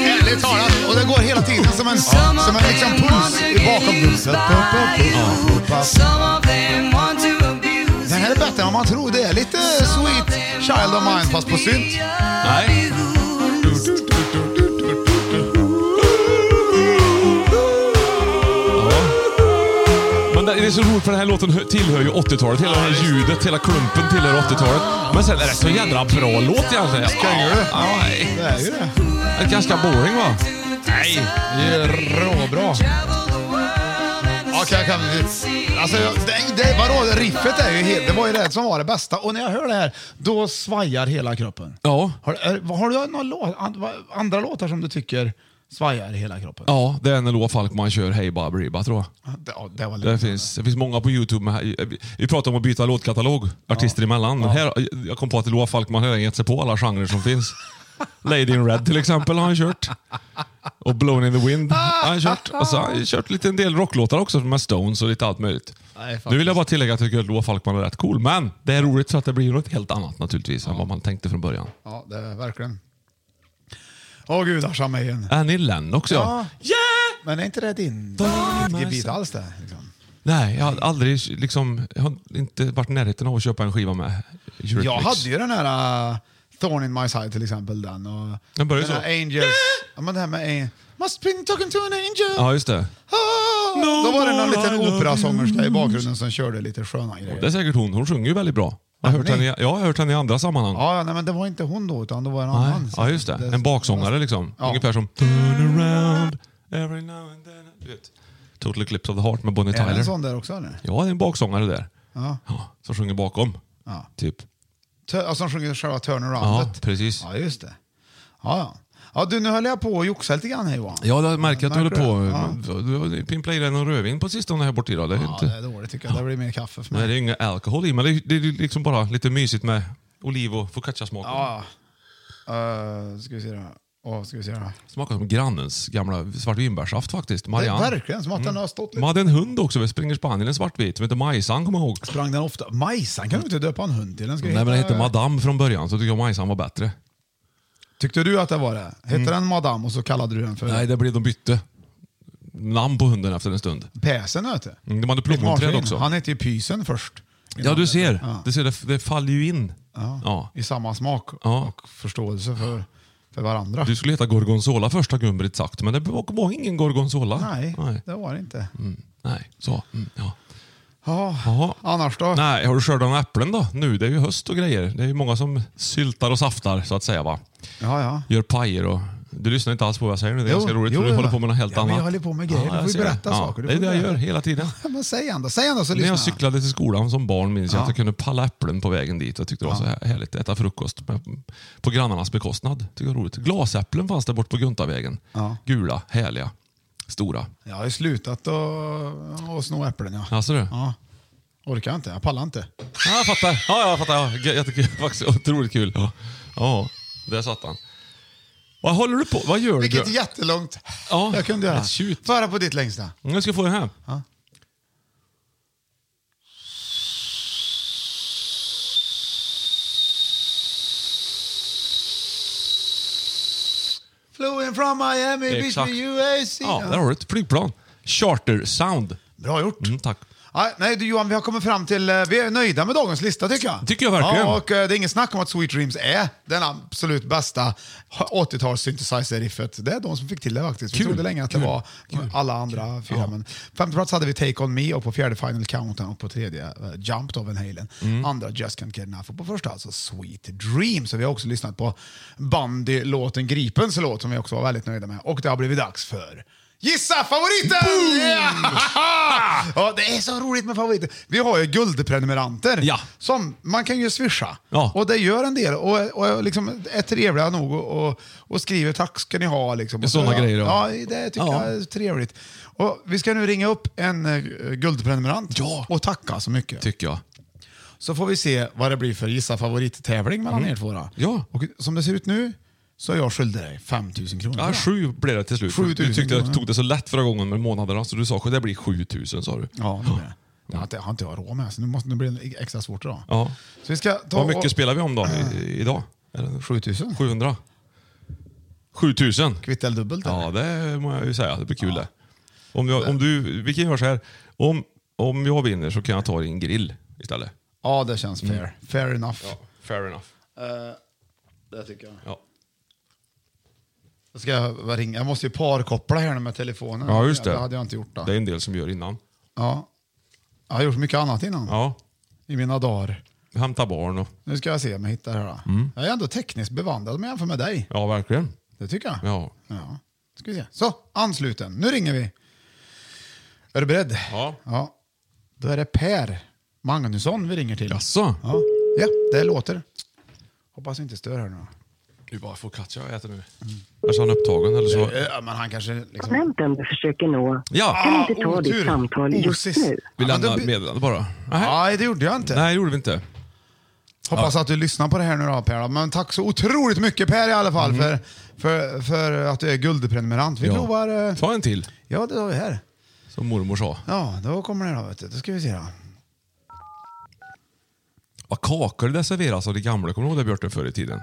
B: Ärligt talat. Och det går hela tiden som en, som en liksom puls i bakom pulsen. Den här är bättre än vad man tror. Det är lite Sweet Child of Mine fast på synt.
C: Nej. Ja. Men det det är så roligt för den här låten hö- tillhör ju 80-talet. Hela det här ljudet, hela klumpen tillhör 80-talet. Men sen är det så jädra bra låt egentligen.
B: Skojar du?
C: Ja,
B: Det
C: nej.
B: är ju det.
C: Det är ganska boring va? Nej.
B: Det är råbra. Okej, jag kan... Alltså, jag- det, det, vadå? Riffet är ju helt... Det var ju det som var det bästa. Och när jag hör det här, då svajar hela kroppen.
C: Ja.
B: Har, är, vad- har du några låt, an- vad- andra låtar som du tycker svajar i hela kroppen?
C: Ja, det är när Loa Falkman kör Hey Bob Reba tror jag.
B: Det, ja, det var lite...
C: Det finns, det finns många på Youtube. Med, här- vi pratar om att byta låtkatalog artister emellan. Men här, jag kom på att Loa Falkman har gett sig på alla genrer som
B: <laughs>
C: finns. Lady in Red till exempel har han kört. Och Blown in the Wind har han kört. Och så har han kört lite en del rocklåtar också med Stones och lite allt möjligt.
B: faktiskt.
C: nu vill jag bara tillägga att jag tycker att Loa Falkman är rätt cool. Men det är roligt för att det blir något helt annat naturligtvis än vad man tänkte från början.
B: Ja, det är verkligen. Åh gudars mig igen.
C: Annie Lennox ja. Yeah!
B: Men är inte det din
C: Don't
B: ditt gebit
C: mess-
B: alls det? Liksom?
C: Nej, jag har aldrig liksom, jag har inte varit i närheten av att köpa en skiva med Eurythmics.
B: Jag hade ju den här uh, Thorn in my side till exempel. Den, och
C: Den börjar
B: här
C: så.
B: Angels. Ja, men det här med An- Must been talking to an angel.
C: Ja, just det.
B: Ah!
C: No
B: Då var det någon
C: more I
B: liten
C: love
B: operasångerska i bakgrunden som körde lite sköna
C: Det är
B: grejer.
C: säkert hon. Hon sjunger ju väldigt bra. Jag har hört henne i, ja, jag har hört henne i andra sammanhang.
B: Ja, ja, nej, men det var inte hon då, utan det var en
C: Nej.
B: annan.
C: ja just det. En baksångare liksom.
B: Ja.
C: Ungefär som Turn around every now and then. Du vet. Total Eclipse of the Heart med Bonnie
B: Är det en
C: Tyler.
B: sån där också eller?
C: Ja, det är en baksångare där.
B: Ja.
C: Ja, som sjunger bakom.
B: Ja.
C: Typ.
B: Tö- ja, som sjunger själva
C: Ja,
B: turnaroundet.
C: precis.
B: Ja, just det. Ja, ja. ja, du, nu höll jag på och joxa lite grann här Johan.
C: Ja, jag märker att du håller
B: Märker
C: på.
B: du?
C: Du
B: Ja.
C: har pimplat i dig någon rödvin på sistone här borta idag. Det är
B: Ja,
C: inte...
B: det är dåligt tycker jag. Det blir mer kaffe för
C: Nej,
B: mig.
C: det är ju ingen alkohol i, men det är, det är ju liksom bara lite mysigt med oliv och focacciasmak.
B: Ja. Uh, ska vi se då. Åh, ska vi se då.
C: Smakar som grannens gamla svartvinbärssaft faktiskt.
B: Det
C: Marianne. Mm.
B: är verkligen som att den har stått
C: Man hade
B: lite...
C: en hund också, vi springer Spanien, en svartvit, som hette Majsan kommer jag ihåg.
B: Sprang den ofta? Majsan kan du inte döpa en hund till. Den ska
C: Nej men den hette
B: heta-
C: Madame från början, så tyckte jag Majsan var bättre.
B: Tyckte du att det var det? Hette den Madame och så kallade du den för
C: Mm. Nej, det blev de bytte namn på hunden efter en stund.
B: Päsen vet du.
C: Mm, de hade
B: Mitt
C: plommonträd
B: marsvin.
C: också.
B: Han hette ju Pysen först.
C: Ja, du ser.
B: Ja.
C: Du ser det, det faller ju in.
B: Ja.
C: Ja.
B: I samma smak
C: Ja.
B: och förståelse för för varandra.
C: Du skulle heta Gorgonzola först har Gun-Britt sagt, men det var var ingen Gorgonzola.
B: Nej,
C: Nej,
B: det var det inte.
C: mm, nej. så. Mm, ja.
B: Ja,
C: Jaha.
B: annars då?
C: Nej, har du skördat några äpplen då? Nu, det är ju höst och grejer. Det är ju många som syltar och saftar, så att säga. va?
B: Ja, ja.
C: Gör pajer och... Du lyssnar inte alls på vad jag säger nu. Det är ganska roligt. för du håller på med något helt
B: ja, men
C: annat.
B: Jag håller på med grejer.
C: Ja,
B: du
C: jag
B: får
C: ser
B: ju berätta
C: det. Ja,
B: saker. Du
C: det är
B: får
C: det jag
B: berätta.
C: gör hela tiden.
B: Ja, men säg ändå. Säg ändå så
C: När
B: lyssnar
C: jag cyklade till skolan som barn minns jag att jag kunde palla äpplen på vägen dit. Jag tyckte det var så här härligt. Äta frukost på, på grannarnas bekostnad. Tyckte det var roligt. Glasäpplen fanns där bort på Guntavägen.
B: Ja.
C: Gula, härliga, stora.
B: Jag har ju slutat eh, att, att sno äpplen. Ja.
C: Alltså du?
B: Ja. Orkar inte. Jag pallar inte.
C: Ja, jag fattar. Ja, jag fattar. Ja, gö- jättekul. <laughs> Faktiskt otroligt kul. Ja, ja där satt han. Vad håller du på Vad gör
B: Vilket
C: du?
B: jättelångt
C: Ja,
B: jag kunde göra.
C: ett tjut.
B: Föra på ditt längsta.
C: Nu ska jag få den här.
B: Ja. Flew in from Miami, beach
C: Exakt.
B: me UAC.
C: Ja, där har du ett flygplan. Charter sound.
B: Bra gjort.
C: Mm, tack.
B: Ja, nej, du Johan, vi har kommit fram till... eh, Vi är nöjda med dagens lista tycker jag.
C: Tycker jag verkligen.
B: Ja, och eh, det är ingen snack om att Sweet Dreams är den absolut bästa 80-tals synthesizer-riffet. Det är de som fick till det faktiskt. Vi
C: Kul.
B: trodde länge att det
C: Kul.
B: var
C: Kul.
B: alla andra fyra. Men femte plats hade vi Take On Me och på fjärde Final Countdown och på tredje eh, Jumped av Van Halen.
C: Mm.
B: Andra Just Can't Get Enough och på första alltså Sweet Dreams. Och vi har också lyssnat på Bandy-låten Gripens låt som vi också var väldigt nöjda med. Och det har blivit dags för Gissa favoriten! Yeah! ja, <laughs> det är så roligt med favoriter. Vi har ju guldprenumeranter
C: Ja.
B: som man kan ju swisha.
C: Ja.
B: Och det gör en del och, och liksom är trevliga nog och, och, och skriver tack ska ni ha. Liksom. Och så-
C: Såna
B: ja.
C: grejer,
B: Ja,
C: ja.
B: det tycker
C: Ja.
B: jag är trevligt. Och vi ska nu ringa upp en eh, guldprenumerant
C: Ja.
B: och tacka så mycket.
C: Tycker jag.
B: Så får vi se vad det blir för gissa favorittävling mellan er två. då.
C: Mm. Ja.
B: Och som det ser ut nu så är jag skyldig dig 5 000 kronor.
C: Ja, sju blev det till slut.
B: 7 000
C: du tyckte
B: kronor.
C: jag tog det så lätt förra gången med månaderna, så du sa att det blir 7000 sa du.
B: Ja, det blir det. Det har inte, har inte jag råd med, så nu, måste, nu blir det extra svårt idag.
C: Ja.
B: Så vi ska ta
C: Vad mycket
B: och- Ah.
C: spelar vi om då i, i- idag? Är det
B: 7000?
C: 700? 7000?
B: Kvitt eller dubbelt?
C: Ja,
B: eller?
C: det må jag ju säga. Det blir kul det. Om, jag, om du, vi kan göra så här. Om, om jag vinner så kan jag ta din grill istället.
B: ja, det känns fair.
C: Mm.
B: Fair enough.
C: fair enough.
B: Det tycker jag.
C: Ja,
B: Jag, ska jag ringa. jag måste ju parkoppla här nu med telefonen.
C: ja just det.
B: Det hade jag inte gjort. Då.
C: Det är en del som gör innan.
B: Ja. Jag har gjort mycket annat innan.
C: Ja,
B: I mina dagar.
C: hämta barn och...
B: Nu ska jag se om jag hittar det här. Då.
C: Mm.
B: Jag är ändå tekniskt bevandrad om jag jämför med dig.
C: Ja, verkligen.
B: Det tycker jag.
C: Ja.
B: ja. Ska vi se. Så, ansluten. Nu ringer vi. Är du beredd?
C: Ja.
B: ja. Då är det Per Magnusson vi ringer till.
C: Jaså?
B: Ja, ja det låter. Hoppas det inte stör här nu.
C: Du bara får katcha och äta nu. Annars är han upptagen eller så.
B: Eh, Men han kanske liksom...
D: du försöker nå
C: Ja,
B: Ah,
D: inte ta ditt
B: otur.
D: samtal just
B: Osis.
D: nu.
C: vi
B: Ja, men Ah. då
C: lämnar
B: by-
C: meddelandet bara. Nej,
B: Nej, det gjorde jag inte.
C: nej, det gjorde vi inte.
B: Hoppas att du lyssnar på det här nu då Per. Men tack så otroligt mycket Per i alla fall för, för, för att du är guldprenumerant. Vi
C: Mm. Ja.
B: provar... eh,
C: Ta en till,
B: Ja, det har vi här.
C: som mormor sa.
B: Ja, då kommer det då vet du. Då ska vi se då.
C: Vad kakor det serveras av de gamla. Kommer du ihåg det Björten förr i tiden?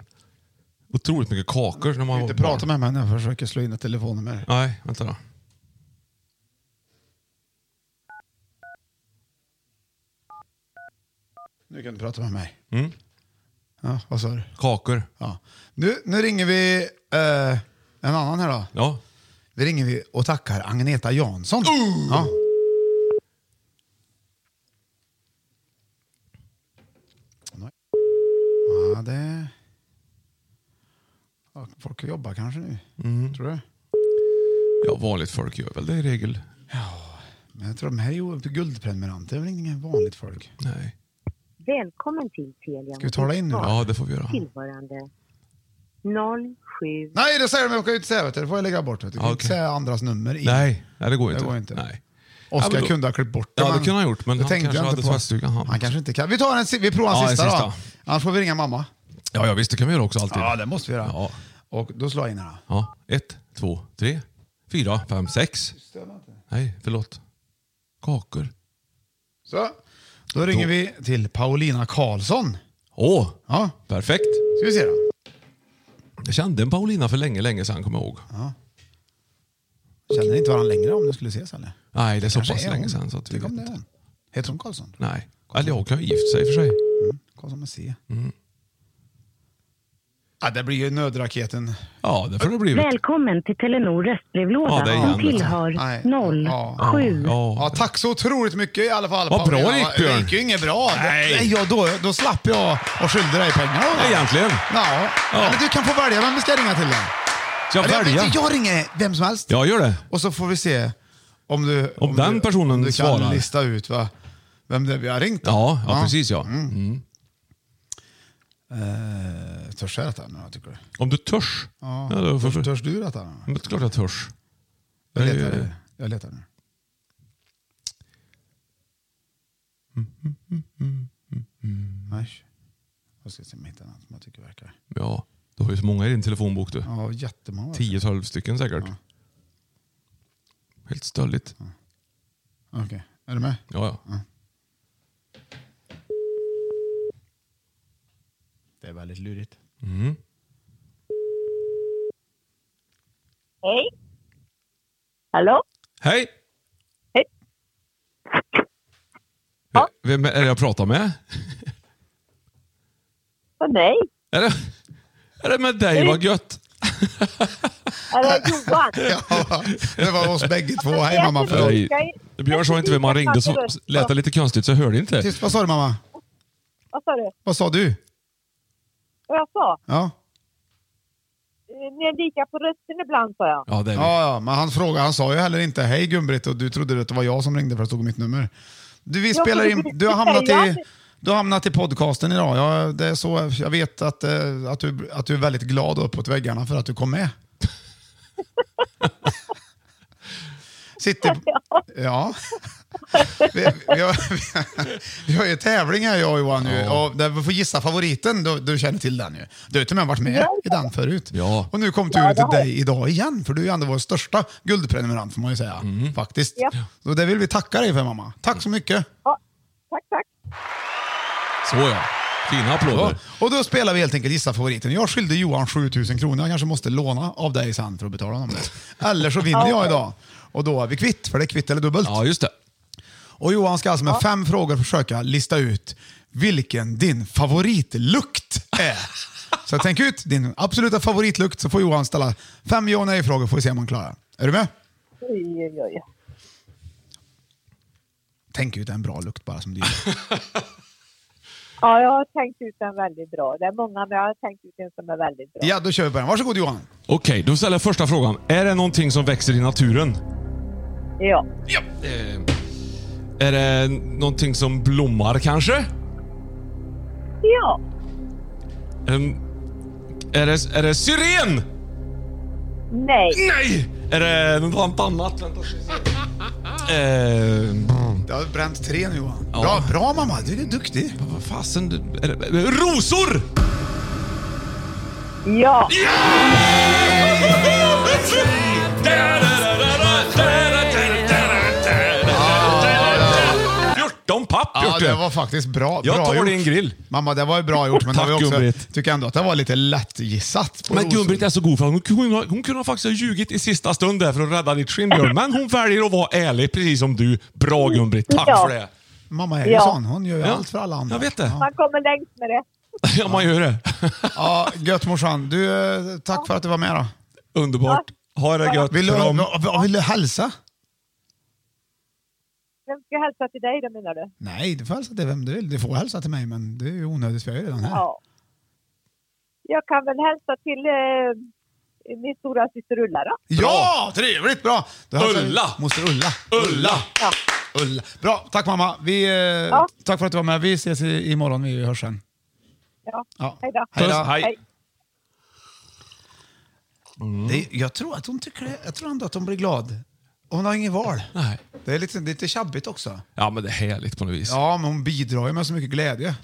C: Otroligt mycket kakor när man
B: Jag inte prata med mig när jag försöker slå in ett telefonnummer.
C: Nej, vänta då.
B: Nu kan du prata med mig.
C: Mm.
B: Ja, vad sa du?
C: Kakor.
B: Ja. Nu, nu ringer vi eh, en annan här då.
C: Ja.
B: Vi ringer vi och tackar Agneta Jansson. Ja. Nej. Ja, det... Ja, Folk jobbar kanske nu,
C: Mm.
B: tror du?
C: ja, vanligt folk gör väl det i regel.
B: Men jag tror de här är ju guldprenumeranter, det är väl inget vanligt folk.
C: Nej.
D: Välkommen till Telia
B: Ska vi tala in nu då?
C: Ja, det får vi göra.
D: tillhörande 07.
B: Nej, det säger de, jag kan ju inte säga vet du. Det får jag lägga bort. Vet du. Du kan
C: Ja,
B: inte
C: okej.
B: säga andras nummer. i-
C: Nej, nej det går
B: Det
C: inte.
B: går inte.
C: Nej.
B: Oskar
C: Ja, men då-
B: kunde ha klippt bort det.
C: Ja, det kunde han gjort, men
B: det
C: han
B: tänkte jag
C: kanske
B: inte
C: hade
B: på.
C: tvättstugan hand.
B: Han kanske inte kan. Vi tar en, si- vi provar en
C: Ja, en
B: sista,
C: sista.
B: då. Annars får vi ringa mamma.
C: Ja, ja, visst det kan vi göra också alltid.
B: Ja, det måste vi göra.
C: Typ. Ja.
B: Och då slår jag in här. då.
C: Ja, ett, två, tre, fyra, fem, sex. Nej, förlåt. Kakor.
B: Så. Då ringer vi till Paulina Karlsson.
C: Åh,
B: Ja,
C: perfekt.
B: ska vi se då.
C: Jag kände en Paulina för länge, länge sedan, kommer jag ihåg.
B: Känner ni inte varandra längre om ni skulle ses eller?
C: Nej, det är så
B: Kanske
C: pass
B: är
C: länge
B: hon.
C: sedan så att vi
B: Tänk
C: vet
B: om det är
C: inte.
B: hon. Heter hon Karlsson? Mm.
C: Nej. Mm. Eller jag kan ju gift sig i och för sig.
B: Karlsson med C. Ja, det blir ju nödraketen.
C: Ja, det får det bli. vet du.
F: Välkommen till Telenor
C: Ja,
F: röstbrevlåda
C: det är
F: som
C: jävligt.
F: tillhör
B: Nej.
F: 0
B: Ja.
F: 7.
C: Ja.
B: Ja, tack så otroligt mycket i alla fall.
C: Vad
B: Paula.
C: bra det
B: Ja,
C: gick, Björn.
B: Det gick ju inget bra.
C: Nej.
B: Nej. Ja, då, då slapp jag och skyllde dig pengar.
C: Ja, Egentligen.
B: Ja.
C: Ja.
B: Men du kan få välja vem vi ska ringa till. Då.
C: Ska jag
B: Eller,
C: välja?
B: vet du, Jag ringer vem som helst.
C: Ja, gör det.
B: Och så får vi se om du,
C: Om den
B: du,
C: personen
B: om du kan
C: svarar.
B: lista ut va, vem det är vi har ringt. då.
C: Ja, ja, precis ja. Mm.
B: Eh, törs jag detta nu då, tycker du?
C: Om du törs. Ja, då får-
B: törs, törs du detta nu?
C: Men det är klart jag törs.
B: Jag
C: Nej,
B: letar,
C: eh,
B: nu. jag letar nu. Nej. Jag ska se om jag hittar något som jag tycker verkar...
C: Ja, du har ju så många i din telefonbok du.
B: Ja, jättemånga.
C: Tio, tolv stycken säkert. Helt stöldigt.
B: Okej, är du med?
C: Ja, ja.
B: Det är väldigt lurigt.
C: Mm.
F: Hej. Hallå?
C: Hej!
F: Hej.
C: Ja. Vem är det jag pratar med?
F: Åh nej.
C: Är det, är det med dig? Vad gött!
F: Är det Johan?
B: Ja, det var oss bägge två. Hej
F: Jag
B: mamma,
F: tror-
B: förlåt.
C: Nej. Björn sa inte vem man ringde, så lät det lite konstigt så jag hörde inte.
B: Tyst, vad sa du mamma?
F: Vad sa du?
B: Vad sa du?
F: Vad jag sa?
B: Ja,
F: Eh, Ni är lika på rösten ibland, sa jag.
C: Ja, det är vi.
B: ja, ja men han frågade, han sa ju heller inte hej Gun-Britt och du trodde att det var jag som ringde för att det stod mitt nummer. Du, vi
F: Ja,
B: spelar
F: men
B: in,
F: det-
B: du har hamnat
F: jag-
B: i, du har hamnat i podcasten idag. Ja, det är så, jag vet att, eh, att, du, att du är väldigt glad och uppåt väggarna för att du kom med. Sitter, ja. Vi, vi, har, <laughs> vi har ju tävling här jag och Johan nu. Och där vi får gissa favoriten. Du, du känner till den ju. Du har till och med varit med i den förut.
C: Ja.
B: Och nu kom turen till dig idag igen. För du är ju ändå vår största guldprenumerant får man ju säga.
C: Mm.
B: Faktiskt. Så det vill vi tacka dig för mamma. Tack så mycket.
F: Tack, tack.
C: Så ja. Fina applåder.
B: Och då spelar vi helt enkelt Gissa favoriten. Jag skyllde Johan 7000 kronor. Jag kanske måste låna av dig sen för att betala honom det. Eller så vinner jag idag. Och då är vi kvitt, för det är kvitt eller dubbelt.
C: Ja, just det.
B: Och Johan ska alltså med fem frågor försöka lista ut vilken din favoritlukt är. Så tänk ut din absoluta favoritlukt så får Johan ställa fem ja och nej-frågor får vi se om han klarar. Är du med?
F: Oj, oj, oj.
B: Tänk ut en bra lukt bara
C: <laughs>
B: som du gillar.
F: Ja, jag har tänkt ut en väldigt bra. Det är många, men jag har tänkt ut en som är väldigt bra.
B: Ja, då kör vi på den. Varsågod Johan.
C: Okej, då ställer jag första frågan. Är det någonting som växer i naturen?
F: Ja.
C: Ja. Eh, är det någonting som blommar kanske?
F: Ja.
C: Ehm, är, det, är det syren?
F: Nej.
C: Nej! Är det något annat? Vänta. Eh,
B: Du har bränt tre nu Johan.
C: Ja.
B: Bra, bra mamma, du är duktig.
C: vad fasen? du- Är det, rosor!
F: Ja.
C: Fjorton papp
B: Ja,
C: gjort
B: det
C: det.
B: var faktiskt bra.
C: Jag
B: bra
C: tar
B: gjort.
C: din grill.
B: Mamma, det var ju
C: <laughs>
B: bra gjort, men
C: Tack,
B: det var ju också,
C: Gun-Britt.
B: tycker ändå att det var lite lättgissat. på
C: Men
B: Rosengård.
C: Gun-Britt är så god för hon kunde, hon kunde faktiskt ha ljugit i sista stund där för att rädda ditt skinn Björn. Men hon väljer att vara ärlig precis som du. Bra Gun-Britt, tack
F: Ja.
C: för det.
B: Mamma är ju
F: Ja.
B: sån. Hon gör ju
C: Ja.
B: allt för alla andra.
C: Jag vet det.
B: Ja.
F: Man kommer längst med det.
C: Ja, man gör det.
B: Ja, gött morsan. Du, eh, tack för att du var med då.
C: Underbart. Ha det gött.
B: Vill du,
C: Kram.
B: ja, vill du hälsa?
F: Vem ska jag hälsa till dig då, menar du?
B: Nej, du får hälsa till vem du vill. Du får hälsa till mig, men det är ju onödigt för jag är ju redan här.
F: Ja. Jag kan väl hälsa till eh, min stora syster Ulla då.
B: Ja, trevligt! Bra! Då hälsar vi
C: Ulla.
B: Moster Ulla.
C: Ulla!
F: Ja.
B: Ulla. Bra, tack mamma. Vi, eh, Tack för att du var med. Vi ses i, imorgon. Vi hörs sen.
F: Ja.
B: Ja.
F: Hej då.
B: Hej då.
C: Puss, hej.
B: Det, jag tror att hon tycker det. Jag tror ändå att hon blir glad. Hon har ingen val.
C: Nej.
B: Det är lite, lite tjabbigt också.
C: Ja, men det är härligt på något vis.
B: Ja, men hon bidrar ju med så mycket glädje.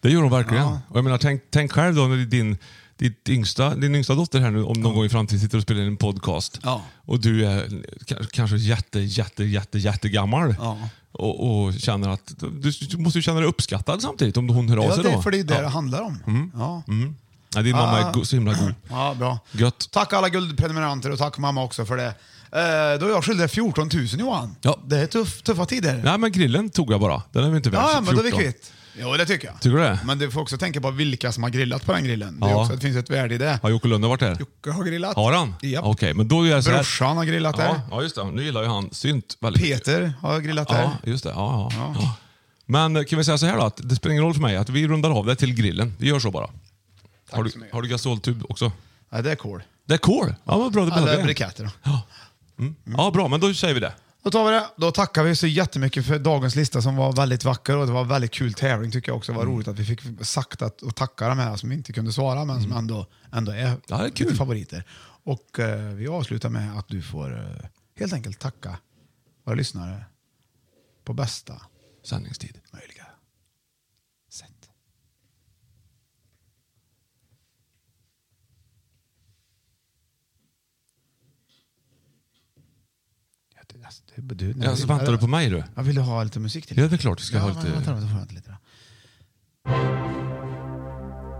C: Det gör hon verkligen. Och jag menar, tänk, tänk själv då när din, ditt yngsta, din yngsta dotter här nu om någon gång i framtiden sitter och spelar in en podcast.
B: Ja.
C: Och du är k- kanske jätte, jätte, jätte, jätte gammal.
B: Ja.
C: Och, och känner att du, du måste ju känna dig uppskattad samtidigt om hon hör av
B: Ja,
C: sig
B: det,
C: då.
B: är- för det är det det
C: ja.
B: handlar om. Ja.
C: Ja, din mamma
B: Ah.
C: är go- så himla god.
B: Ja, bra.
C: Gött.
B: Tack alla guldprenumeranter och tack mamma också för det. Eh, då är jag skyldig 14 000 Johan.
C: Ja.
B: Det är tuff, tuffa tider.
C: Nej, men grillen tog jag bara. Den är vi inte värd.
B: Ja, men då är vi
C: 14.
B: kvitt. Jo, det tycker jag.
C: Tycker du det?
B: Men du får också tänka på vilka som har grillat på den grillen. Det, är
C: Ja.
B: också, det finns ett värde i det.
C: Har Jocke Lundh varit där?
B: Jocke har grillat.
C: Har han?
B: Japp.
C: Okej, men då gör jag så här.
B: Brorsan har grillat
C: ja,
B: där.
C: Ja, just det. Nu gillar ju han synt väldigt
B: Peter har grillat där.
C: Ja, just det. Ja, ja. Ja. Men eh, kan vi säga så här då, att det spelar ingen roll för mig att vi rundar av det till grillen. Vi gör så bara. Har du, har du gasoltub också?
B: Ja, det är cool.
C: Det är kol. Ja, vad bra. Det
B: Alla Mm.
C: behöver jag.
B: briketter. då.
C: Ja, bra. Men då säger vi det.
B: Då tar vi det. Då tackar vi så jättemycket för dagens lista som var väldigt vacker och det var en väldigt kul tävling tycker jag också. Det var roligt att vi fick sagt att, och tacka de här som inte kunde svara men som ändå, ändå är,
C: Ja, det är kul.
B: lite favoriter. Och eh, vi avslutar med att du får eh, helt enkelt tacka våra lyssnare på bästa
C: Sändningstid.
B: möjliga sätt. Ja, det- alltså, det- du- nej,
C: Ja, så
B: jag-
C: väntar du på mig du?
B: Ja, vill du ha lite musik till?
C: Ja, det är klart vi ska
B: ja,
C: ha
B: men
C: lite...
B: Vänta, vänta, vänta, vänta lite då.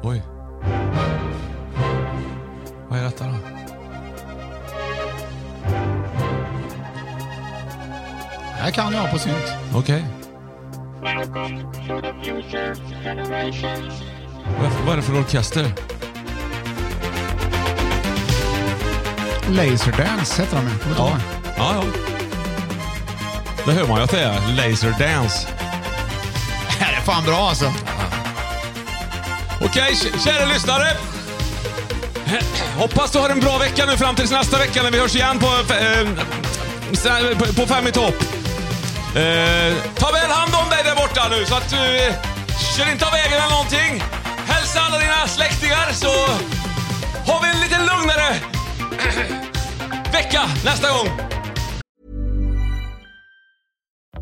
C: Oj. Vad är detta då?
B: Det här kan jag på synt.
C: Okej. Vad är- Vad är det för orkester?
B: Laserdance heter de. Kommer du ihåg?
C: Ja. ja, ja. Det hör man ju att det är. Laser dance.
B: <laughs> Det här är fan bra alltså.
C: Okej, k- kära lyssnare. Hoppas du har en bra vecka nu fram tills nästa vecka när vi hörs igen på, eh, sen- på- på Fem i topp. Eh, ta väl hand om dig där borta nu så att du eh, kör inte av vägen eller någonting. Hälsa alla dina släktingar så har vi en lite lugnare vecka nästa gång.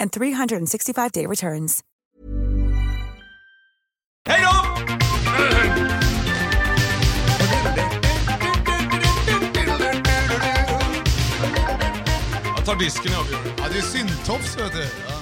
G: and 365-day returns.
C: Hej då! Jag tar disken jag gör.
B: Ja, det är syntofs vet du. Ja.